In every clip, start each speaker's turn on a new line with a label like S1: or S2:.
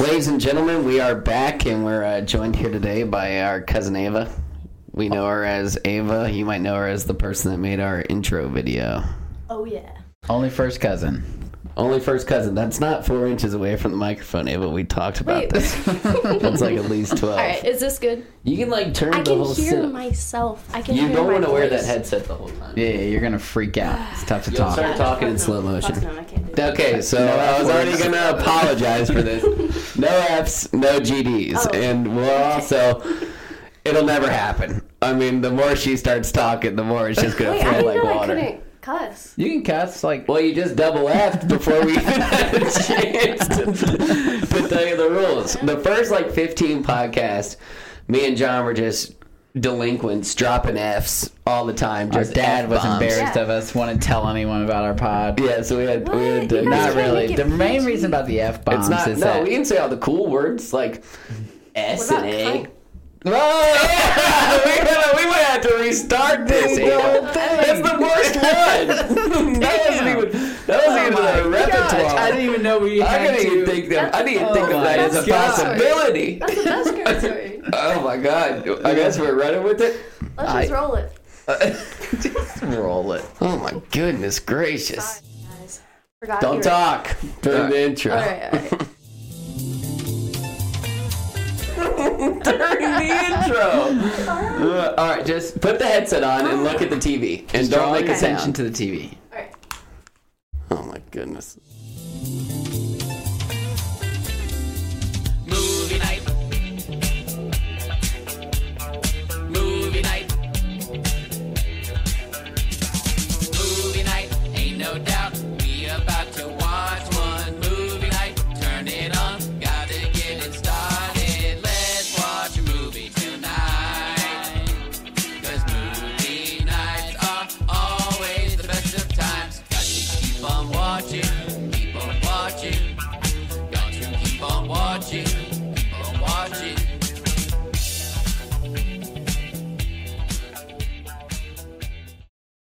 S1: Ladies and gentlemen, we are back and we're uh, joined here today by our cousin Ava. We know her as Ava. You might know her as the person that made our intro video.
S2: Oh yeah.
S3: Only first cousin.
S1: Only first cousin. That's not four inches away from the microphone, Ava. We talked about
S2: Wait.
S1: this. That's like at least 12.
S2: All right. Is this good?
S1: You can like turn
S2: I
S1: the
S2: can
S1: whole
S2: hear
S1: setup.
S2: myself. I can.
S1: You
S2: hear
S1: don't
S2: want to
S1: wear that headset the whole time.
S3: Yeah, you're gonna freak out. It's tough to
S1: Yo,
S3: talk.
S1: sorry. talking in slow motion. Okay, so
S3: No
S1: I was
S3: F
S1: already
S3: words.
S1: gonna apologize for this. No Fs, no GDs,
S2: Oh.
S1: and we'll also it'll never happen. I mean, the more she starts talking, the more it's just gonna
S2: Wait, I
S1: flow
S2: didn't
S1: like
S2: know I
S1: water.
S2: couldn't cuss.
S3: You can cuss like
S1: Well, you just double F'd before we even had a chance to, to tell you the rules. The first like 15 podcasts, me and John were just delinquents, dropping Fs all the time.
S3: our
S1: Just
S3: dad was
S1: F-bombs.
S3: embarrassed
S2: Yeah.
S3: of us, wouldn't tell anyone about our pod.
S1: Yeah, so we had we had
S2: What?
S1: to
S2: You guys
S3: Not
S2: That's trying to
S3: really.
S2: make
S3: The
S2: it
S3: main
S2: PG.
S3: reason about the f
S1: It's
S3: bombs
S1: not.
S3: is
S1: no,
S3: Um, that
S1: we can say all the cool words like S
S2: What
S1: and A.
S2: about cunt?
S1: Oh, we're gonna, we might have to restart this.
S3: The whole
S1: Ava. That's the worst one. that wasn't
S3: Damn.
S1: even. That wasn't even
S3: Oh my
S1: the repertoire.
S3: gosh, I didn't even know we
S1: I
S3: had
S1: didn't even
S3: to.
S1: think that. I didn't even
S3: Oh
S1: think of
S3: my
S1: that as a
S3: gosh.
S1: possibility.
S2: That's the best curse word.
S1: Oh my god! I guess we're running with it.
S2: Let's just
S1: I-
S2: roll it.
S3: Just roll it.
S1: Oh my goodness gracious!
S2: Sorry, guys. Forgot you
S1: Don't
S2: were-
S1: talk during
S3: All right.
S1: the intro.
S2: All right. All right.
S1: during the intro. Uh, all right, just put the headset on and look at the TV and
S3: Draw
S1: don't make a
S3: attention
S1: sound.
S3: to the TV.
S2: All right.
S1: Oh my goodness.
S4: Movie night. Movie night. Movie night. Ain't no doubt we about to watch one movie night. Turn it on. Gotta get it started. Let's watch a movie tonight. 'Cause movie nights are always the best of times. Got to keep on watching. Keep on watching. Got to keep on watching, keep on watching.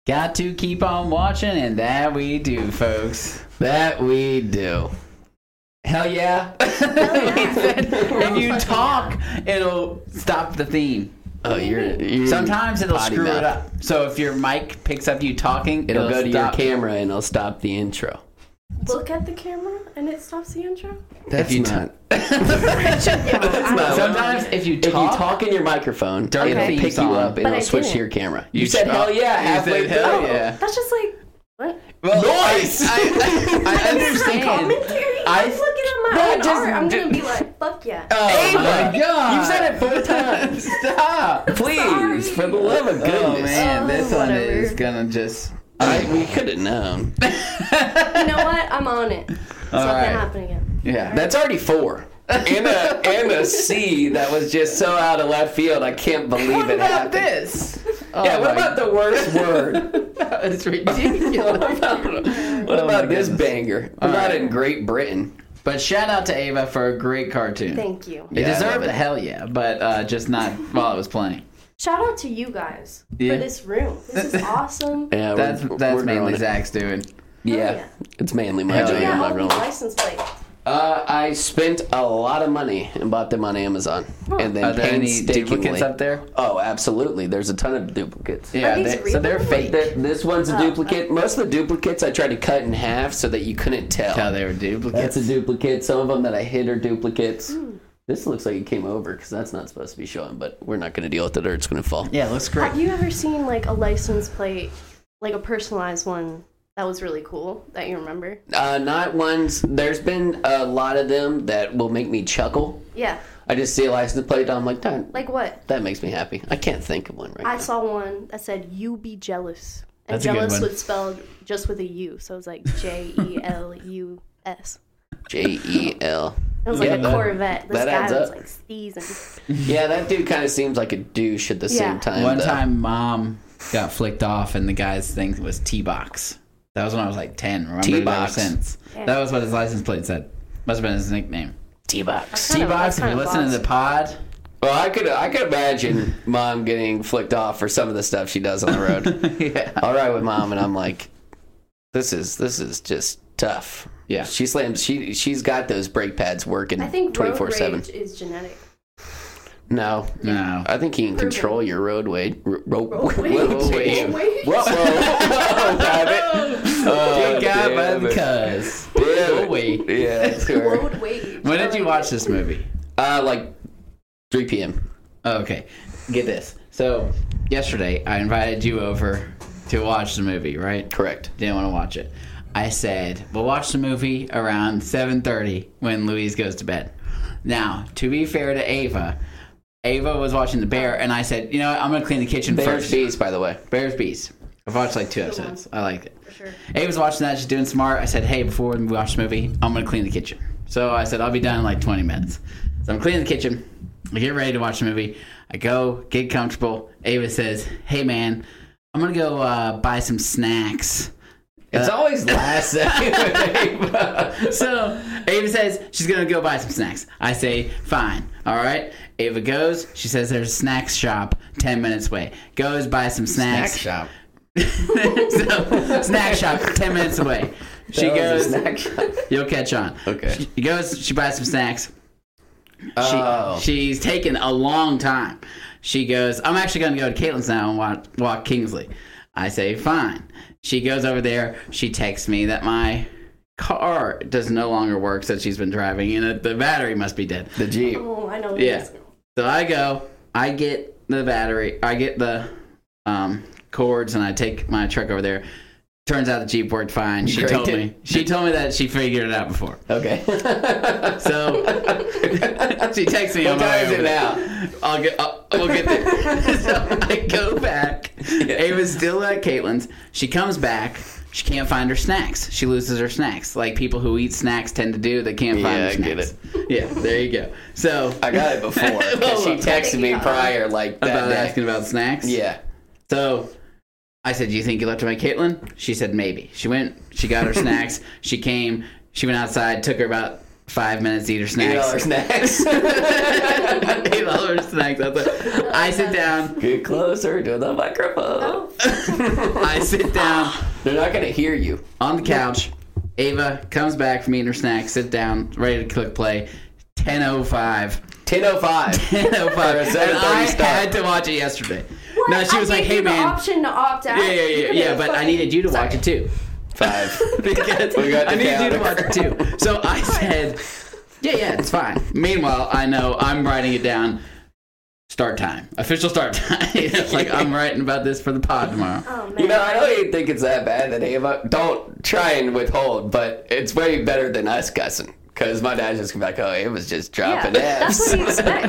S3: Got to keep on watching, and that we do, folks.
S1: That we do. Hell yeah.
S2: Oh,
S3: if you talk, it'll stop the theme.
S1: Oh, you're, you're
S3: Sometimes it'll
S1: potty
S3: screw
S1: mouth.
S3: it up. So if your mic picks up you talking,
S1: It'll, go to your
S3: stop-
S1: camera and it'll stop the intro.
S2: Look at the camera, and it stops the intro.
S3: That's
S1: if you
S3: not-
S1: talk, that's not
S3: Sometimes if you
S1: if you
S3: talk,
S1: talk in your microphone,
S3: During
S1: it'll
S3: the theme
S1: pick
S3: song.
S1: you up and
S2: But
S1: it'll
S2: I
S1: switch to
S2: didn't.
S1: your camera. You,
S3: You
S1: said
S3: said-
S1: hell yeah
S3: you
S1: halfway
S3: said hell
S1: through.
S3: yeah.
S2: Oh, That's just like what?
S3: Well,
S1: Noise!
S3: I, I, I understand.
S2: Commentary.
S3: I-
S2: I was looking at
S1: No,
S2: my own
S1: just-
S2: art. I'm gonna be like, fuck yeah.
S3: Oh
S1: Ava,
S3: my god!
S1: you said it four times.
S3: Stop!
S1: Please, for the love of goodness.
S3: Oh man,
S2: Oh,
S3: this one
S2: whatever.
S3: is gonna just.
S1: I, we could have known.
S2: You know what? I'm on it. It's not
S3: right.
S2: gonna happen again.
S3: Yeah.
S1: That's already four. And a, and a C that was just so out of left field, I can't believe
S3: what
S1: it
S3: about
S1: happened.
S3: this? Oh
S1: Yeah, what about the worst word?
S3: It's ridiculous.
S1: what about, what
S3: Oh my
S1: about this
S3: goodness.
S1: banger? What
S3: All
S1: about
S3: right.
S1: in Great Britain?
S3: but shout out to Ava for a great cartoon.
S2: Thank you.
S3: It
S1: Yeah, I love
S3: deserved
S1: it.
S3: a hell yeah, but uh, just not while it was playing.
S2: Shout out to you guys
S3: Yeah.
S2: for this room. This is awesome.
S1: Yeah, we're-
S3: That's
S1: we're
S3: that's
S1: doing
S3: mainly
S1: it.
S3: Zach's doing.
S1: Yeah, it's mainly my
S3: Hell
S1: doing.
S2: Oh, Yeah,
S1: my
S2: all
S1: role.
S2: these license plates.
S1: Uh, I spent a lot of money and bought them on Amazon, and then
S3: Are there any
S1: painstakingly-
S3: duplicates up there?
S1: Oh, absolutely. There's a ton of duplicates.
S3: Yeah,
S2: these
S3: they,
S2: real
S3: so they're
S2: ones?
S3: fake.
S1: Th- This one's a duplicate. Most of the duplicates I tried to cut in half so that you couldn't tell.
S3: How Oh, they were duplicates.
S1: That's a duplicate. Some of them that I hid are duplicates. This looks like it came over because that's not supposed to be showing, but we're not going to deal with it or it's going to fall.
S3: yeah, it looks great.
S2: Have you ever seen like a license plate, like a personalized one that was really cool that you remember?
S1: Uh, not ones. There's been a lot of them that will make me chuckle.
S2: Yeah.
S1: I just see a license plate. I'm like, that,
S2: Like what?
S1: that makes me happy. I can't think of one right
S2: I
S1: now.
S2: saw one that said "You be jealous," and
S3: That's a good
S2: jealous
S3: one.
S2: was spelled just with a U, so it was like J E L U S.
S1: J E L.
S2: It was like
S3: Yeah,
S2: a
S3: that-
S2: Corvette. This
S1: that
S2: guy
S1: adds
S2: was
S1: up.
S2: like seasoned.
S1: Yeah, that dude kind of seems like a douche at the
S2: Yeah.
S1: same time.
S3: One
S1: though.
S3: time, mom got flicked off, and the guy's thing was T box. That was when I was like ten. Remember it ever
S1: T-Box.
S3: Since that was what his license plate said. Must have been his nickname.
S1: T box.
S2: Kind
S3: T
S2: of-
S3: box.
S2: that's
S3: If
S2: kind
S3: you
S2: of
S3: listen to
S2: box.
S3: the pod,
S1: Well, I could I could imagine mom getting flicked off for some of the stuff she does on the road.
S3: yeah.
S1: I'll ride with mom, and I'm like, this is this is just tough.
S3: Yeah.
S1: She slams. She she's got those brake pads working.
S2: I think road
S1: 24/7.
S2: rage is genetic.
S1: No,
S3: No.
S1: I think you can control your road wage. Ro- ro-
S2: Road wage.
S1: road wage.
S2: Road wage.
S1: Whoa, whoa, whoa, rabbit. Oh,
S3: Good guy,
S1: damn it.
S3: bud, cuz.
S1: Damn it.
S3: Oh, Wait.
S1: Yeah, that's her.
S2: Road rage.
S3: When did you watch this movie? Oh,
S1: Uh, like 3 p.m.
S3: Okay, get this. So yesterday, I invited you over to watch the movie, right?
S1: Correct.
S3: Didn't want to watch it. I said, "We'll watch the movie around 7:30 when Louise goes to bed." Now, to be fair to Ava, Ava was watching The Bear, and I said, "You know, what? I'm gonna clean the kitchen
S1: Bears
S3: first."
S1: bees, by the way.
S3: Bears Bees. I've watched like two episodes. I liked it.
S2: sure.
S3: Ava's watching that. She's doing smart. I said, hey, before we watch the movie, I'm going to clean the kitchen. So I said, I'll be done in like 20 minutes. So I'm cleaning the kitchen. I get ready to watch the movie. I go, get comfortable. Ava says, hey, man, I'm going to go uh, buy some snacks.
S1: It's always last second.
S3: so Ava says she's gonna go buy some snacks. I say, fine. All right. Ava goes. She says there's a snack shop ten minutes away. Goes buy some snacks.
S1: shop.
S3: so, snack shop ten minutes away. She
S1: That was
S3: goes.
S1: a snack shop.
S3: You'll catch on.
S1: Okay.
S3: She goes. She buys some snacks. She,
S1: Oh.
S3: She's taken a long time. She goes, I'm actually going to go to Caitlin's now and walk, walk Kingsley. I say, fine. She goes over there. She texts me that my car does no longer work since she's been driving and that the battery must be dead.
S1: The Jeep.
S2: Oh, I know.
S3: Yeah.
S2: Yeah.
S3: So I go, I get the battery, I get the um, cords, and I take my truck over there. Turns out the Jeep worked fine. She
S1: Great.
S3: told me. She told me that she figured it out before.
S1: Okay.
S3: So she texts me.
S1: What
S3: on my
S1: time
S3: way
S1: is it
S3: over there.
S1: now?
S3: I'll get. I'll, we'll get there. so I go back. Ava's still at Caitlin's. She comes back. She can't find her snacks. She loses her snacks, like people who eat snacks tend to do. They can't find
S1: Yeah,
S3: their
S1: I get
S3: snacks. Yeah, there you go. So
S1: I got it before. 'cause she texted me prior, like that
S3: about
S1: day.
S3: asking about snacks.
S1: Yeah.
S3: So I said, "Do you think you left it by Caitlin?" She said, "Maybe." She went. She got her snacks. She came. She went outside. Took her about five minutes to eat her
S1: Eight
S3: snacks.
S1: dollar snacks.
S3: Eight dollar snacks. I thought- I sit down.
S1: Get closer to the microphone.
S3: I sit down
S1: They're not gonna hear you.
S3: on the couch. Ava comes back from eating her snacks. Sit down, ready to click play. 10:05.
S1: Ten oh five.
S3: 10:05.
S1: a
S3: And
S1: 7:30
S3: I
S1: start.
S3: had to watch it yesterday. No, she
S2: I
S3: was like,
S2: gave
S3: "Hey
S2: you
S3: man."
S2: the option to opt out.
S3: yeah, yeah,
S2: You
S3: yeah,
S2: could've
S3: yeah. But I
S2: fucking-
S3: needed you to watch it too.
S1: Five.
S3: because
S1: We got
S3: I
S1: the
S3: need you to watch
S1: calendar.
S3: it too. So I said, yeah, yeah, it's fine. Meanwhile, I know I'm writing it down. Start time, official start time. It's like I'm writing about this for the pod tomorrow.
S2: Oh man.
S1: You know, I don't even think it's that bad that Ava. Don't try and withhold, but it's way better than us cussing. Because my dad's just gonna be like, oh, Ava's just
S2: yeah,
S1: dropping
S2: that's
S1: F's.
S2: what he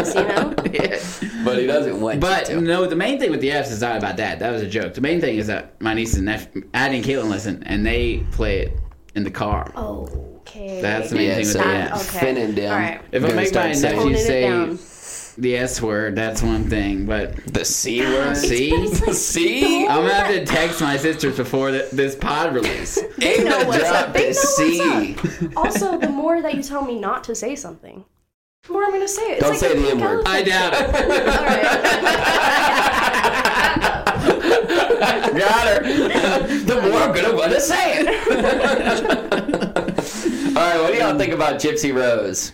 S2: expects, you know.
S1: but he doesn't want
S3: But
S1: you to.
S3: no, the main thing with the F's is not about that. That was a joke. The main thing is that my nieces and nephews, Addie and Caitlin listen, and they play it in the car.
S2: Okay.
S3: That's the main
S1: Yeah,
S3: thing with
S1: so
S3: the
S2: Ah,
S3: F's.
S2: Oh. okay.
S1: Finn and
S2: All
S1: down.
S2: right.
S3: If I make my
S2: Toning
S3: nephew
S2: it
S3: say
S2: down.
S3: the S word, that's one thing. But
S1: the C word.
S3: It's- See?
S2: But it's like,
S1: See?
S3: I'm gonna have to text my sisters before th- this pod release.
S1: Ava
S2: know what's up.
S1: dropped the
S2: They know
S1: C.
S2: what's Also, the more that you tell me not to say something, the more I'm gonna say it. It's
S1: Don't
S2: like
S1: say
S2: a
S1: the
S2: pink
S1: N-word.
S3: I
S2: elephant.
S3: doubt it.
S2: All right.
S1: Got her. the more I'm gonna want to say it. All right, what do y'all think about Gypsy Rose?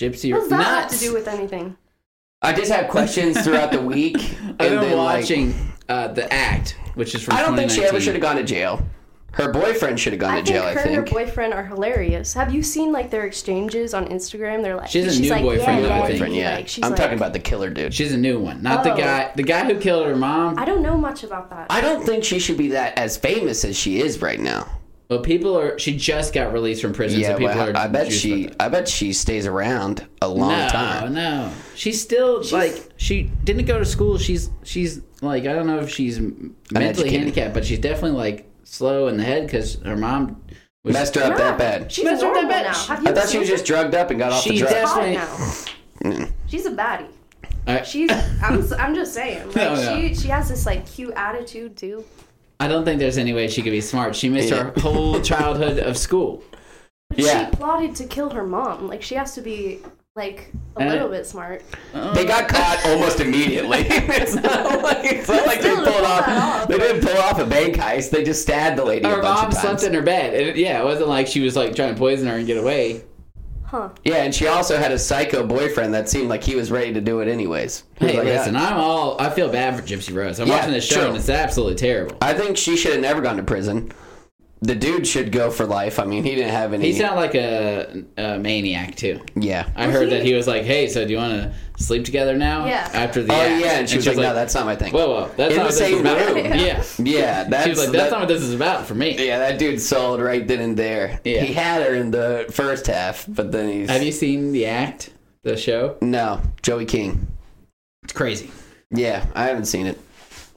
S3: Gypsy
S2: What does that have to
S3: nuts.
S2: do with anything?
S1: I just have questions throughout the week. And
S3: I've been
S1: then, like,
S3: watching uh, the Act, which is from.
S1: I don't think she ever
S3: 2019.
S1: should have gone to jail. Her boyfriend should have gone
S2: I
S1: to
S2: think
S1: jail.
S2: her
S1: I
S2: and her
S1: think.
S2: boyfriend are hilarious. Have you seen like their exchanges on Instagram? They're like,
S3: She has a
S2: she's
S3: new
S2: like,
S3: boyfriend,
S2: yeah,
S3: new
S2: yeah,
S3: boyfriend,
S2: he,
S1: yeah,
S2: Like, she's
S1: I'm
S2: like,
S1: talking about the killer dude.
S3: She's a new one, not the
S2: Oh.
S3: guy. The guy who killed her mom.
S2: I don't know much about that.
S1: I don't think she should be that as famous as she is right now.
S3: Well, people are. She just got released from prison,
S1: Yeah,
S3: so people
S1: well,
S3: are.
S1: I bet
S3: juiced
S1: she.
S3: about that.
S1: I bet she stays around a long
S3: No,
S1: time.
S3: no. She's still like she didn't go to school. She's she's like I don't know if she's m- mentally
S1: Uneducated.
S3: handicapped, but she's definitely like slow in the head because her mom was
S1: Messed her up
S2: No,
S1: that bad.
S2: She's
S3: Messed up that
S2: normal
S3: bad.
S2: now.
S3: She-
S2: Have you
S1: I thought she
S2: seen
S1: was just Mm. drugged up and got off the
S3: She
S1: drugs.
S3: def-
S2: hot
S3: Right.
S2: now. She's a baddie.
S3: I-
S2: She's. I'm. s- I'm just
S1: Oh,
S2: saying. Like,
S3: No, no.
S2: She. She has this like cute attitude too.
S3: I don't think there's any way she could be smart. She missed
S1: Yeah.
S3: her whole childhood of school.
S2: But
S1: Yeah.
S2: she plotted to kill her mom. Like she has to be like a
S3: And-
S2: little bit smart.
S1: They got caught almost immediately. it's not like, it's not like they
S2: Still
S1: pulled
S2: pull
S1: off.
S2: that off.
S1: They didn't pull off a bank heist. They just stabbed the lady. a
S3: Her
S1: bunch
S3: mom
S1: of times.
S3: slept in her bed. And it- yeah, it wasn't like she was like trying to poison her and get away.
S2: Huh.
S1: Yeah, and she also had a psycho boyfriend that seemed like he was ready to do it anyways. He was
S3: Hey,
S1: like,
S3: listen,
S1: "Yeah."
S3: I'm all I feel bad for Gypsy Rose. I'm
S1: Yeah,
S3: watching this show
S1: sure.
S3: and it's absolutely terrible.
S1: I think she should have never gone to prison. The dude should go for life. I mean, he didn't have any.
S3: He sounded like a, a maniac too.
S1: yeah.
S3: I heard
S2: he-
S3: that he was like, "Hey, so do you want to sleep together now?"
S2: Yeah.
S3: After the
S1: oh
S3: act?
S1: yeah, and she was like, "No, that's not my thing."
S3: whoa, whoa, that's
S1: In the
S3: not what
S1: same
S3: this is about."
S1: room.
S3: Yeah,
S1: yeah, that's
S3: she was like, "That's
S1: that-
S3: not what this is about for me."
S1: Yeah, that dude sold right then and there.
S3: Yeah.
S1: He had her in the first half, but then he's
S3: Have you seen the act, the show?
S1: no Joey King.
S3: It's crazy.
S1: Yeah, I haven't seen it,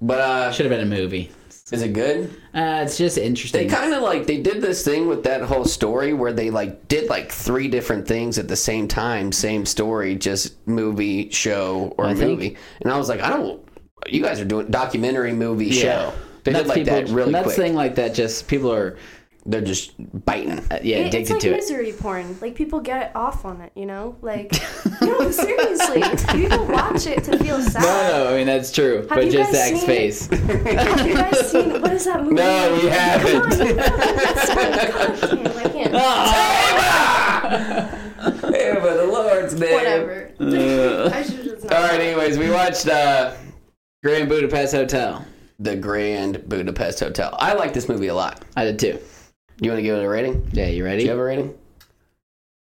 S1: but uh,
S3: Should have been a movie.
S1: is it good?
S3: Uh, it's just interesting.
S1: They kind of like they did this thing with that whole story where they like did like three different things at the same time, same story, just movie, show, or
S3: I think-
S1: movie. And I was like, I don't. You guys are doing documentary, movie, show. They
S3: Nuts
S1: did like that
S3: people-
S1: really
S3: nuts
S1: quick.
S3: thing like that. Just people are
S1: They're just biting.
S3: yeah
S2: It- it's
S3: addicted
S2: like
S3: to it.
S2: misery porn. Like people get off on it, you know? Like No, seriously. People watch it to feel sad.
S3: No, no, I mean that's true, but
S2: you
S3: just
S2: guys
S3: Zach's
S2: seen-
S3: face.
S2: Have you guys seen what is that movie?
S1: No, we haven't.
S2: Come on, I can't.
S3: Oh,
S1: Yeah, but the Lord's name.
S2: Whatever. I should just not.
S1: All right. Anyways, we watched uh,
S3: Grand Budapest Hotel.
S1: the Grand Budapest Hotel. I like this movie a lot.
S3: I did too.
S1: You want to give it a rating?
S3: Yeah, you ready?
S1: Do you have a rating?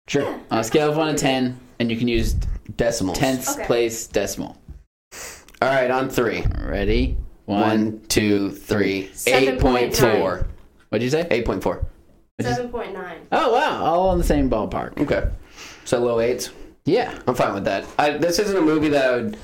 S1: Sure.
S3: On a scale of one to ten, and you can use
S1: Decimals.
S3: tenths
S2: Okay.
S3: place decimal.
S1: All right, on three.
S3: Ready? One.
S1: One, two, three.
S2: Seven point
S1: four.
S3: What'd you say?
S1: Eight point four.
S2: Seven point nine.
S3: Oh wow, all in the same ballpark.
S1: Okay. So low eights.
S3: Yeah.
S1: I'm fine with that. I, this isn't a movie that I would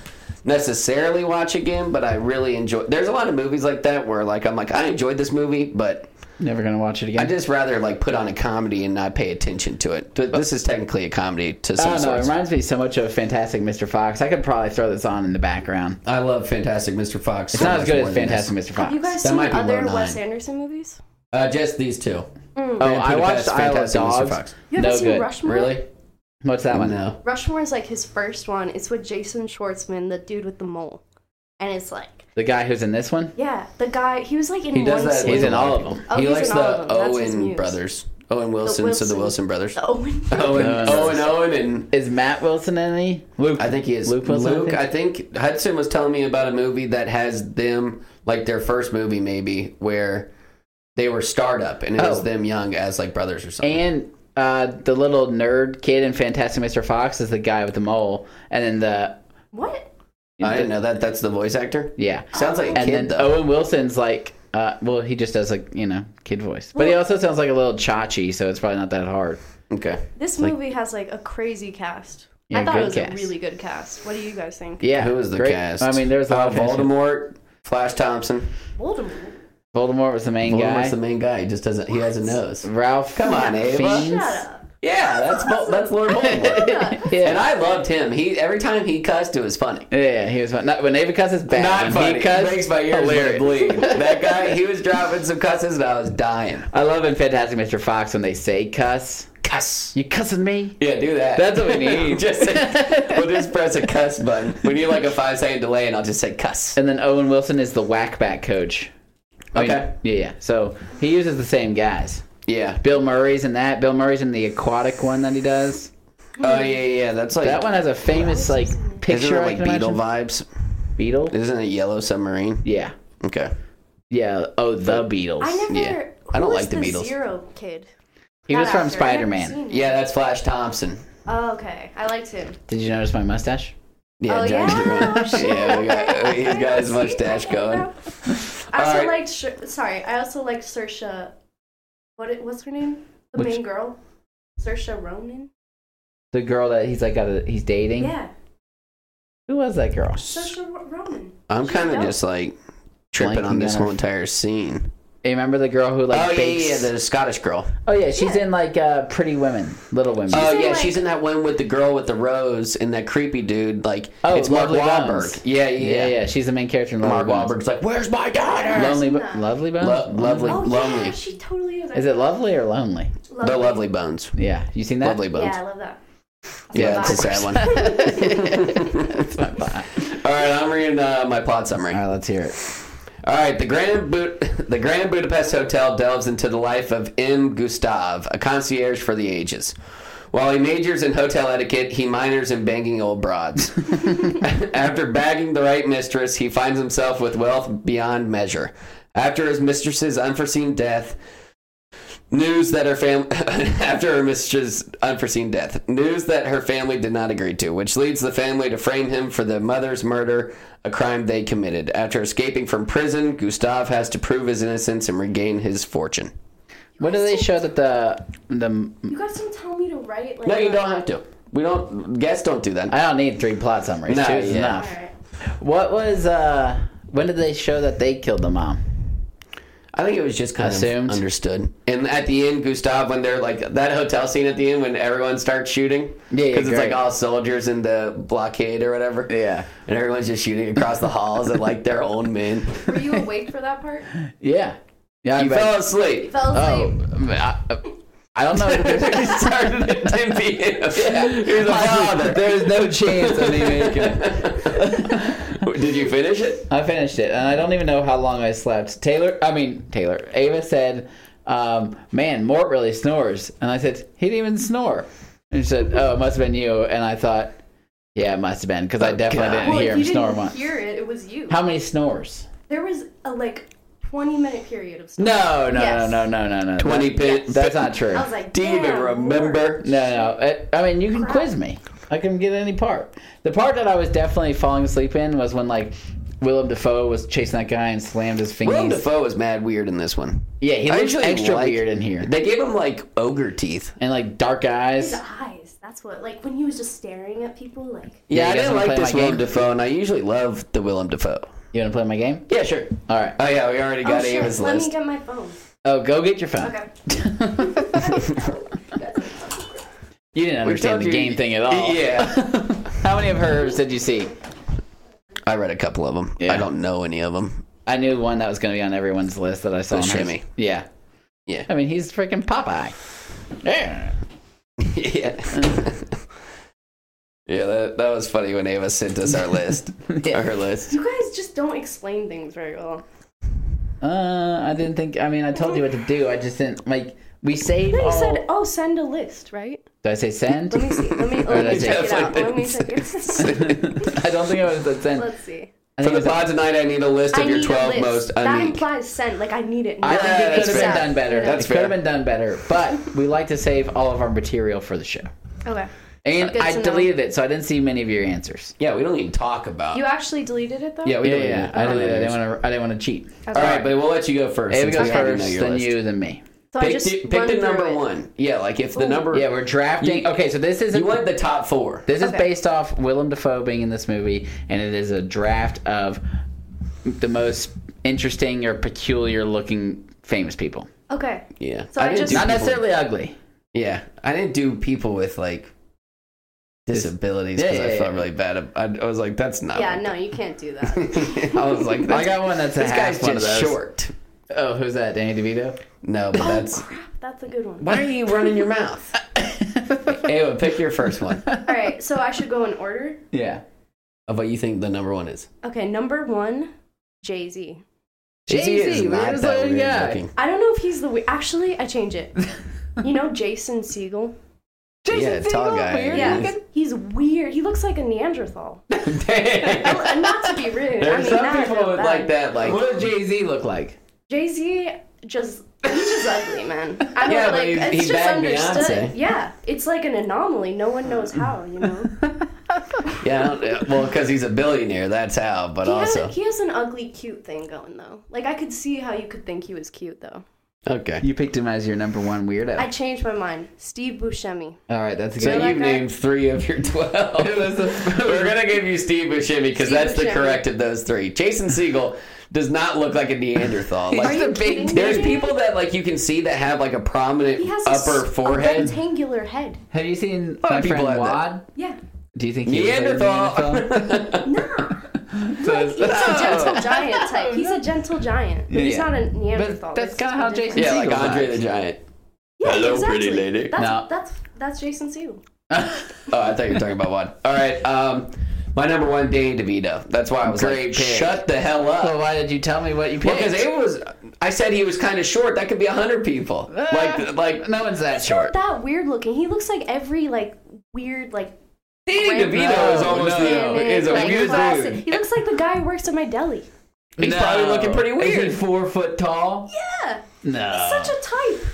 S1: necessarily watch again, but I really enjoy. There's a lot of movies like that where like I'm like I enjoyed this movie, but
S3: Never gonna watch it again.
S1: I just rather like put on a comedy and not pay attention to it. Th- This is technically a comedy to
S3: I
S1: some
S3: don't know. It
S1: sort.
S3: reminds me so much of Fantastic Mr. Fox. I could probably throw this on in the background.
S1: I love Fantastic Mr. Fox.
S3: It's not as good as Fantastic Mr. Fox.
S2: You guys
S1: That
S2: seen
S1: might be
S2: other
S1: low
S2: Wes
S1: nine.
S2: Anderson movies?
S1: Uh, just these two.
S3: oh, I watched Isle of Dogs.
S2: You haven't
S3: No
S2: seen
S3: good.
S2: Rushmore?
S1: Really?
S3: What's that one?
S1: No.
S2: Rushmore is like his first one. It's with Jason Schwartzman, the dude with the mole, and it's like,
S3: The guy who's in this one?
S2: yeah, the guy. He was like in
S1: He does
S2: one.
S1: that.
S2: scene.
S3: He's in
S1: with a lot
S3: all
S1: of
S3: of them.
S2: Oh,
S1: he
S2: he's
S1: likes
S2: in all
S1: the
S2: of them. That's his
S1: Owen
S2: muse.
S1: brothers. Owen Wilson, so the Wilson
S2: Wilson.
S1: brothers.
S2: The Owen.
S1: Owen,
S3: Uh,
S1: Owen, Owen, and
S3: Is Matt Wilson in any? Luke.
S1: I think he is
S3: Luke Wilson.
S1: I
S3: I think?
S1: think Hudson was telling me about a movie that has them like their first movie, maybe where they were startup and it was
S3: Oh.
S1: them young as like brothers or something.
S3: And uh, the little nerd kid in Fantastic Mr. Fox is the guy with the mole, and then the
S2: What?
S1: I didn't know that. That's the voice actor.
S3: yeah,
S1: Sounds like a
S3: and
S1: kid
S3: then
S1: though.
S3: Owen Wilson's like, uh, well, he just does like you know kid voice, but he also sounds like a little chachi, so it's probably not that hard.
S1: Okay.
S2: This movie has like a crazy cast.
S3: Yeah,
S2: I thought
S3: good
S2: it was
S3: cast.
S2: a really good cast. What do you guys think?
S3: Yeah,
S1: Who was the
S3: great-
S1: cast?
S3: I mean, there's a lot
S1: uh,
S3: of Voldemort.
S1: Voldemort, Flash Thompson.
S2: Voldemort.
S3: Voldemort was the main
S1: Voldemort's
S3: guy.
S1: the main guy. He just doesn't. He has a nose.
S3: Ralph.
S1: Come on, Ava.
S3: Fiennes.
S2: Shut up.
S1: Yeah, that's Vol- that's Lord Voldemort.
S3: Yeah.
S1: And I loved him. He every time he cussed, it was funny.
S3: yeah, he was fun. Not, when Ava cusses, bad. when He cussed,
S1: Makes my ears
S3: hilarious.
S1: hilarious. bleed. That guy, he was dropping some cusses, and I was dying.
S3: I love in Fantastic Mr. Fox when they say cuss.
S1: Cuss.
S3: You cussing me?
S1: Yeah, do that.
S3: That's what we need.
S1: just say, we'll just press a cuss button. We need like a five second delay, and I'll just say cuss.
S3: And then Owen Wilson is the whackback coach. I mean,
S1: Okay.
S3: yeah, yeah. So he uses the same guys.
S1: Yeah.
S3: Bill Murray's in that. Bill Murray's in the aquatic one that he does.
S1: Oh yeah, yeah. That's like
S3: That one has a famous like
S1: Isn't
S3: picture.
S1: it like
S3: I can
S1: Beetle
S3: imagine.
S1: vibes?
S3: Beetle.
S1: Isn't it Yellow Submarine?
S3: Yeah.
S1: Okay.
S3: Yeah. Oh, the Beatles.
S2: I never.
S1: Yeah. I
S2: who
S1: don't
S2: was
S1: like the Beatles.
S2: Zero kid.
S3: he was
S2: That actor.
S3: from
S2: I've never
S3: Spider Man.
S2: seen him.
S1: Yeah, that's Flash Thompson.
S2: Oh, okay. I liked him.
S3: Did you notice my mustache?
S1: Yeah,
S2: Oh,
S1: John
S2: yeah?
S1: Travolta.
S2: Oh, shit.
S1: yeah, we got, he's got his
S2: See?
S1: mustache going.
S2: I
S1: All
S2: also
S1: right.
S2: liked. Sh- sorry, I also liked Saoirse. What? it- What's her name? The
S3: Which-
S2: main girl, Saoirse Ronan.
S3: The girl that he's like got a, he's dating.
S2: Yeah,
S3: Who was that girl?
S2: Saoirse Ro- Ronan.
S1: I'm
S2: She's
S1: kind of
S2: dope.
S1: just like tripping
S3: Blanking
S1: on this
S3: on her-
S1: whole entire scene.
S3: You remember the girl who like
S1: oh yeah,
S3: bakes?
S1: yeah, yeah, the Scottish girl.
S3: Oh yeah, she's
S2: Yeah.
S3: in like uh, Pretty Women, Little Women.
S1: Oh
S2: in,
S1: yeah,
S2: like-
S1: she's in that one with the girl with the rose and that creepy dude. Like
S3: Oh,
S1: it's Mark
S3: Lovely
S1: Wahlberg.
S3: Bones.
S1: Yeah, yeah,
S3: yeah,
S1: yeah.
S3: yeah, she's the main character in
S1: Mark
S3: Little Women.
S1: Wahlberg's like, "Where's my daughter?"
S3: Lonely,
S2: I've
S3: bo-
S2: seen that.
S3: lovely bones.
S1: Lo- lovely,
S2: Oh
S1: lonely.
S2: yeah, she totally is.
S3: Is it lovely or lonely?
S1: The lovely bones.
S3: Yeah, you seen that?
S1: Lovely bones.
S2: Yeah, I love that.
S1: Yeah, it's a sad one. All
S3: That's my pot.
S1: right, I'm reading uh, my plot summary.
S3: All right, let's hear it.
S1: All right, the Grand, Bu- the Grand Budapest Hotel delves into the life of M. Gustav, a concierge for the ages. While he majors in hotel etiquette, he minors in banging old broads. After bagging the right mistress, he finds himself with wealth beyond measure. After his mistress's unforeseen death, news that her family after her mistress's unforeseen death news that her family did not agree to which leads the family to frame him for the mother's murder a crime they committed after escaping from prison gustav has to prove his innocence and regain his fortune
S3: What do they show that the the
S2: You guys don't tell me to write. Like,
S1: no you don't have to we don't guests don't do that
S3: I don't need three plot summaries.
S1: No,
S3: Two is
S1: yeah.
S3: enough.
S2: Alright.
S3: What was uh when did they show that they killed the mom?
S1: i think it was just kind
S3: Assumed.
S1: of understood and at the end gustav when they're like that hotel scene at the end when everyone starts shooting
S3: Yeah, yeah,
S1: because it's
S3: great.
S1: like all soldiers in the blockade or whatever
S3: Yeah.
S1: and everyone's just shooting across the halls at like their own men
S2: Were you awake for that part?
S3: Yeah. Yeah, I
S1: You
S3: read-
S1: fell asleep.
S2: Fell
S3: Oh,
S2: asleep.
S3: I, I don't know.
S1: it started at 10 p.m. Here's a
S3: Honestly,
S1: father.
S3: There's no chance of me making it.
S1: Did you finish it?
S3: I finished it, and I don't even know how long I slept. Taylor, I mean Taylor, Ava said, um, "Man, Mort really snores," and I said, "He didn't even snore." And she said, "Oh, it must have been you." And I thought, "Yeah, it must have been," because I definitely
S1: God.
S3: didn't
S2: Oh, Well,
S3: hear
S2: if
S3: him
S2: you
S3: snore
S2: didn't
S3: once.
S2: hear it, it was you.
S3: How many snores?
S2: There was a like 20 minute period of stuff.
S3: No, no,
S2: Yes.
S3: no, no, no, no, no.
S1: 20 pit.
S3: That's not true.
S2: I was like,
S1: Do you even
S2: "Damn,
S1: remember?
S3: No, no. It, I mean, you can quiz me. I can get any part. The part that I was definitely falling asleep in was when like Willem Dafoe was chasing that guy and slammed his fingers.
S1: Willem Dafoe was mad weird in this one.
S3: Yeah, he
S1: I
S3: looks
S1: actually
S3: extra
S1: like-
S3: weird in here,
S1: They gave him like ogre teeth.
S3: and like dark
S2: His
S3: eyes.
S2: eyes. That's what. Like when he was just staring at people. Like
S3: Yeah,
S1: Yeah,
S3: you
S1: I
S3: guys
S1: didn't
S3: wanna
S1: like
S3: play
S1: this
S3: my
S1: Willem
S3: game?
S1: Dafoe, and I usually love the Willem Dafoe.
S3: You want to play my game?
S1: Yeah, sure.
S3: All right.
S1: Oh, yeah, we already
S2: oh
S1: got
S2: shit,
S1: Ava's
S2: let
S1: list.
S2: me get my phone.
S3: Oh, go get your phone.
S2: Okay.
S3: You didn't
S1: We told
S3: understand the
S1: you-
S3: game thing at all.
S1: Yeah.
S3: How many of hers did you see?
S1: I read a couple of them.
S3: Yeah.
S1: I don't know any of them.
S3: I knew one that was going to be on everyone's list that I saw.
S1: The
S3: on hers.
S1: shimmy.
S3: Yeah.
S1: Yeah.
S3: I mean, he's freaking Popeye. Yeah.
S1: yeah. yeah, that, that was funny when Ava sent us our list.
S3: Yeah.
S1: Her list.
S2: You guys just don't explain things very well.
S3: Uh, I didn't think. I mean, I told you what to do. I just didn't like. We saved
S2: Then you
S3: all.
S2: said, "Oh, send a list," right?
S3: Did I say send?
S2: Let me see. Let me let me
S3: that's
S2: check
S1: it.
S2: it out.
S1: That's
S2: Let me
S1: what
S2: check it.
S3: I don't think I was said send.
S2: Let's see.
S3: I
S1: For
S3: think it
S1: the
S3: was.
S1: pod tonight, I need a list
S2: I
S1: of your
S2: need a
S1: 12
S2: list.
S1: most
S2: That
S1: unique.
S2: implies send. Like I need it. Now.
S3: I think
S1: Yeah,
S3: it could
S1: that's
S3: have been
S1: fair.
S3: done better.
S1: That's
S3: it could have
S1: fair.
S3: been done better. But we like to save all of our material for the show.
S2: Okay.
S3: And
S2: Good
S3: I
S2: to know.
S3: deleted it, so I didn't see many of your answers.
S1: yeah, we don't even talk about.
S2: You actually deleted it though.
S1: Um, yeah, we
S3: Yeah,
S1: don't.
S3: yeah. I deleted. it. I didn't want to. I didn't want to cheat.
S1: All right, but we'll let you go first.
S3: Ava
S1: since
S3: goes
S1: we already
S3: first,
S1: know your
S3: then
S1: list.
S3: you, then me.
S2: so I
S1: Pick,
S2: just
S1: the, pick
S2: run
S1: the
S2: through
S1: number
S2: it.
S1: one. Yeah, like if the
S2: Ooh.
S1: number.
S3: Yeah, we're drafting.
S1: You-
S3: okay, so this isn't.
S1: you want the top four.
S3: This is
S2: Okay.
S3: based off Willem Dafoe being in this movie, and it is a draft of the most interesting or peculiar looking famous people.
S2: Okay.
S1: yeah.
S2: So I
S1: didn't
S2: just-
S1: do
S3: Not
S1: people-
S3: necessarily ugly.
S1: Yeah, I didn't do people with like disabilities
S3: Yeah,
S1: because
S3: yeah,
S1: I felt
S3: yeah.
S1: really bad. ab- I, I was like, that's not.
S2: Yeah. No, you can't do that.
S1: I was like,
S3: I
S1: this,
S3: got one that's a
S1: this
S3: half
S1: guy's
S3: one of
S1: just
S3: those.
S1: short.
S3: Oh, who's that? Danny DeVito.
S1: No, but that's.
S2: That's a good one.
S1: Why are you running your mouth? Ava, pick your first one
S2: All right. So I should go in order.
S3: Yeah.
S1: of what you think the number one is.
S2: Okay. Number one, Jay Z.
S3: Jay-Z, weirdest looking guy.
S2: I don't know if he's the we- actually. I change it. You know Jason Siegel?
S1: Yeah, tall
S3: Segel,
S1: guy.
S3: weird
S2: Yeah,
S3: looking.
S2: he's weird. He looks like a Neanderthal.
S1: Damn.
S2: And not to be rude.
S1: There
S2: I
S1: are
S2: mean,
S1: some
S2: now I
S1: people
S2: feel
S1: with
S2: bad.
S1: like that, like
S3: What does Jay Z look like?
S2: Jay Z just he's just ugly, man. I don't
S1: Yeah, but
S2: like
S1: he-
S2: it's
S1: he
S2: just
S1: bagged
S2: understood.
S1: Beyonce.
S2: Yeah. It's like an anomaly. No one knows how, you know.
S1: yeah, I don't, well, because he's a billionaire, that's how. But
S2: He
S1: also,
S2: has he has an ugly cute thing going though. Like I could see how you could think he was cute though.
S1: okay.
S3: You picked him as your number one weirdo.
S2: I changed my mind. Steve Buscemi.
S3: All right, that's a
S1: So
S3: good.
S1: you
S2: like
S1: have
S2: that?
S1: named three of your twelve. We're gonna give you Steve Buscemi because
S2: Steve
S1: that's the
S2: Buscemi.
S1: correct of those three. Jason Siegel does not look like a Neanderthal.
S3: He's
S1: Like
S3: just a
S2: you
S3: big
S2: kidding
S3: dude.
S2: me?
S1: there's people that like you can see that have like a prominent
S2: He has a s-
S1: upper
S2: a
S1: forehead.
S2: rectangular head.
S3: Have you seen
S1: lot
S3: my
S1: of people
S3: friend
S1: have that.
S3: Wad?
S2: Yeah.
S3: Do you think he looks like a
S1: Neanderthal.
S3: Neanderthal?
S2: He's a gentle giant type. He's a gentle giant.
S3: Yeah,
S2: he's
S3: yeah.
S2: not a
S3: but
S2: Neanderthal.
S3: that's
S2: It's
S3: kind of how
S2: different.
S3: Jason.
S1: yeah, like
S3: Segel
S1: Andre
S3: acts.
S1: the Giant.
S2: Yeah,
S1: Hello,
S2: exactly.
S1: pretty lady.
S2: That's,
S3: No.
S2: that's that's Jason Segel.
S1: Oh, I thought you were talking about one. All right. Um, my number one, Danny DeVito. That's why I was
S3: Great
S1: like,
S3: pick.
S1: shut the hell up.
S3: Well, why did you tell me what you picked?
S1: because it was, I said he was kind of short. That could be hundred people.
S3: Ah,
S1: Like, like
S3: no one's that
S2: Not
S3: short.
S2: that weird looking. He looks like every like weird like.
S1: Danny DeVito is
S3: No,
S1: almost
S3: no.
S1: the is a
S2: like,
S1: weird
S2: classic-
S1: dude.
S2: He looks like the guy who works at my deli.
S1: He's probably
S3: No.
S1: looking pretty weird.
S3: Is he four foot tall?
S2: Yeah,
S3: No.
S2: such a type.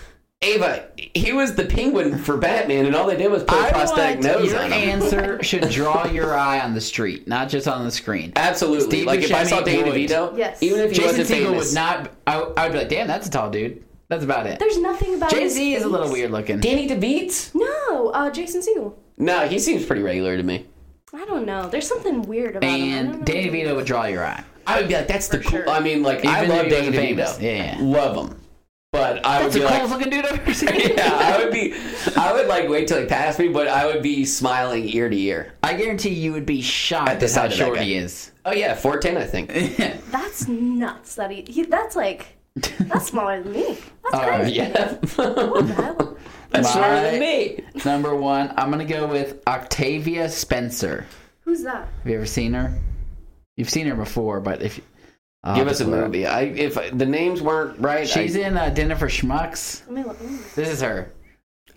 S1: Ava, he was the penguin for Batman, and all they did was put a
S3: I
S1: prosthetic
S3: want
S1: nose
S3: your
S1: on him.
S3: answer should draw your eye on the street, not just on the screen.
S1: Absolutely.
S3: Steve
S1: like if I saw
S3: Buscemi
S1: Danny
S3: would.
S1: DeVito,
S2: Yes.
S1: even if he
S3: Jason
S1: wasn't
S3: Segel
S1: famous,
S3: would not. I, I would be like, damn, that's a tall dude. That's about it.
S2: There's nothing about.
S3: Jay
S2: his
S3: Z is a
S2: face.
S3: little weird looking.
S1: Danny DeVito?
S2: No, uh, Jason Segel.
S1: No, he seems pretty regular to me.
S2: I don't know. There's something weird about him. I don't know.
S3: And Danny DeVito would draw your eye.
S1: I would be like, that's the cool.
S2: sure.
S1: I mean, like I
S3: Even if
S1: love
S3: he
S1: Danny
S3: wasn't famous.
S1: DeVito,
S3: Yeah, yeah.
S1: love him, but I
S3: That's
S1: would
S3: the
S1: be like,
S3: coolest looking dude I've ever seen.
S1: yeah, I would be, I would like wait till he passed me, but I would be smiling ear to ear.
S3: I guarantee you would be shocked
S1: At the
S3: at how
S1: size of that
S3: short
S1: guy.
S3: he is.
S1: Oh yeah, four ten, I think.
S2: That's nuts. That he, he that's like that's smaller than me. That's
S3: All right.
S2: crazy.
S1: Yeah,
S2: That-
S1: that's shorter
S3: My-
S1: than me.
S3: Number one, I'm gonna go with Octavia Spencer.
S2: Who's that?
S3: Have you ever seen her? You've seen her before, but if I'll
S1: Give
S3: have
S1: us
S3: to
S1: a
S3: look her up.
S1: movie. I if I- the names weren't right,
S3: she's
S1: I,
S3: in uh, Dinner for Schmucks.
S2: Let me look. Mm.
S3: This is her.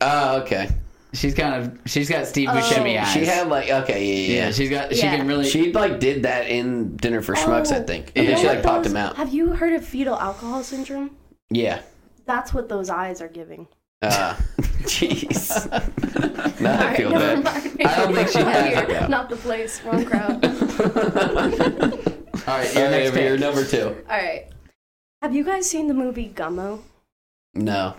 S1: Oh, okay.
S3: She's kind of she's got Steve
S2: Oh.
S3: Buscemi eyes.
S1: She had like okay, yeah,
S3: yeah,
S1: yeah.
S3: she's got she
S2: Yeah.
S3: can really.
S1: yeah. She like did that in Dinner for Schmucks, I
S2: Oh.
S1: think.
S3: You
S1: And then
S3: know
S1: she
S2: what
S1: like popped
S2: those-
S1: him out.
S2: Have you heard of fetal alcohol syndrome?
S1: Yeah.
S2: That's what those eyes are giving.
S1: Uh, Jeez. now I feel
S2: All
S1: bad.
S2: right, never mind.
S3: I don't think she has.
S1: Yeah.
S2: Not the place. Wrong crowd.
S3: All right, your
S1: Your,
S3: next
S1: your
S3: pick.
S1: number two.
S2: All right. Have you guys seen the movie Gummo?
S1: No.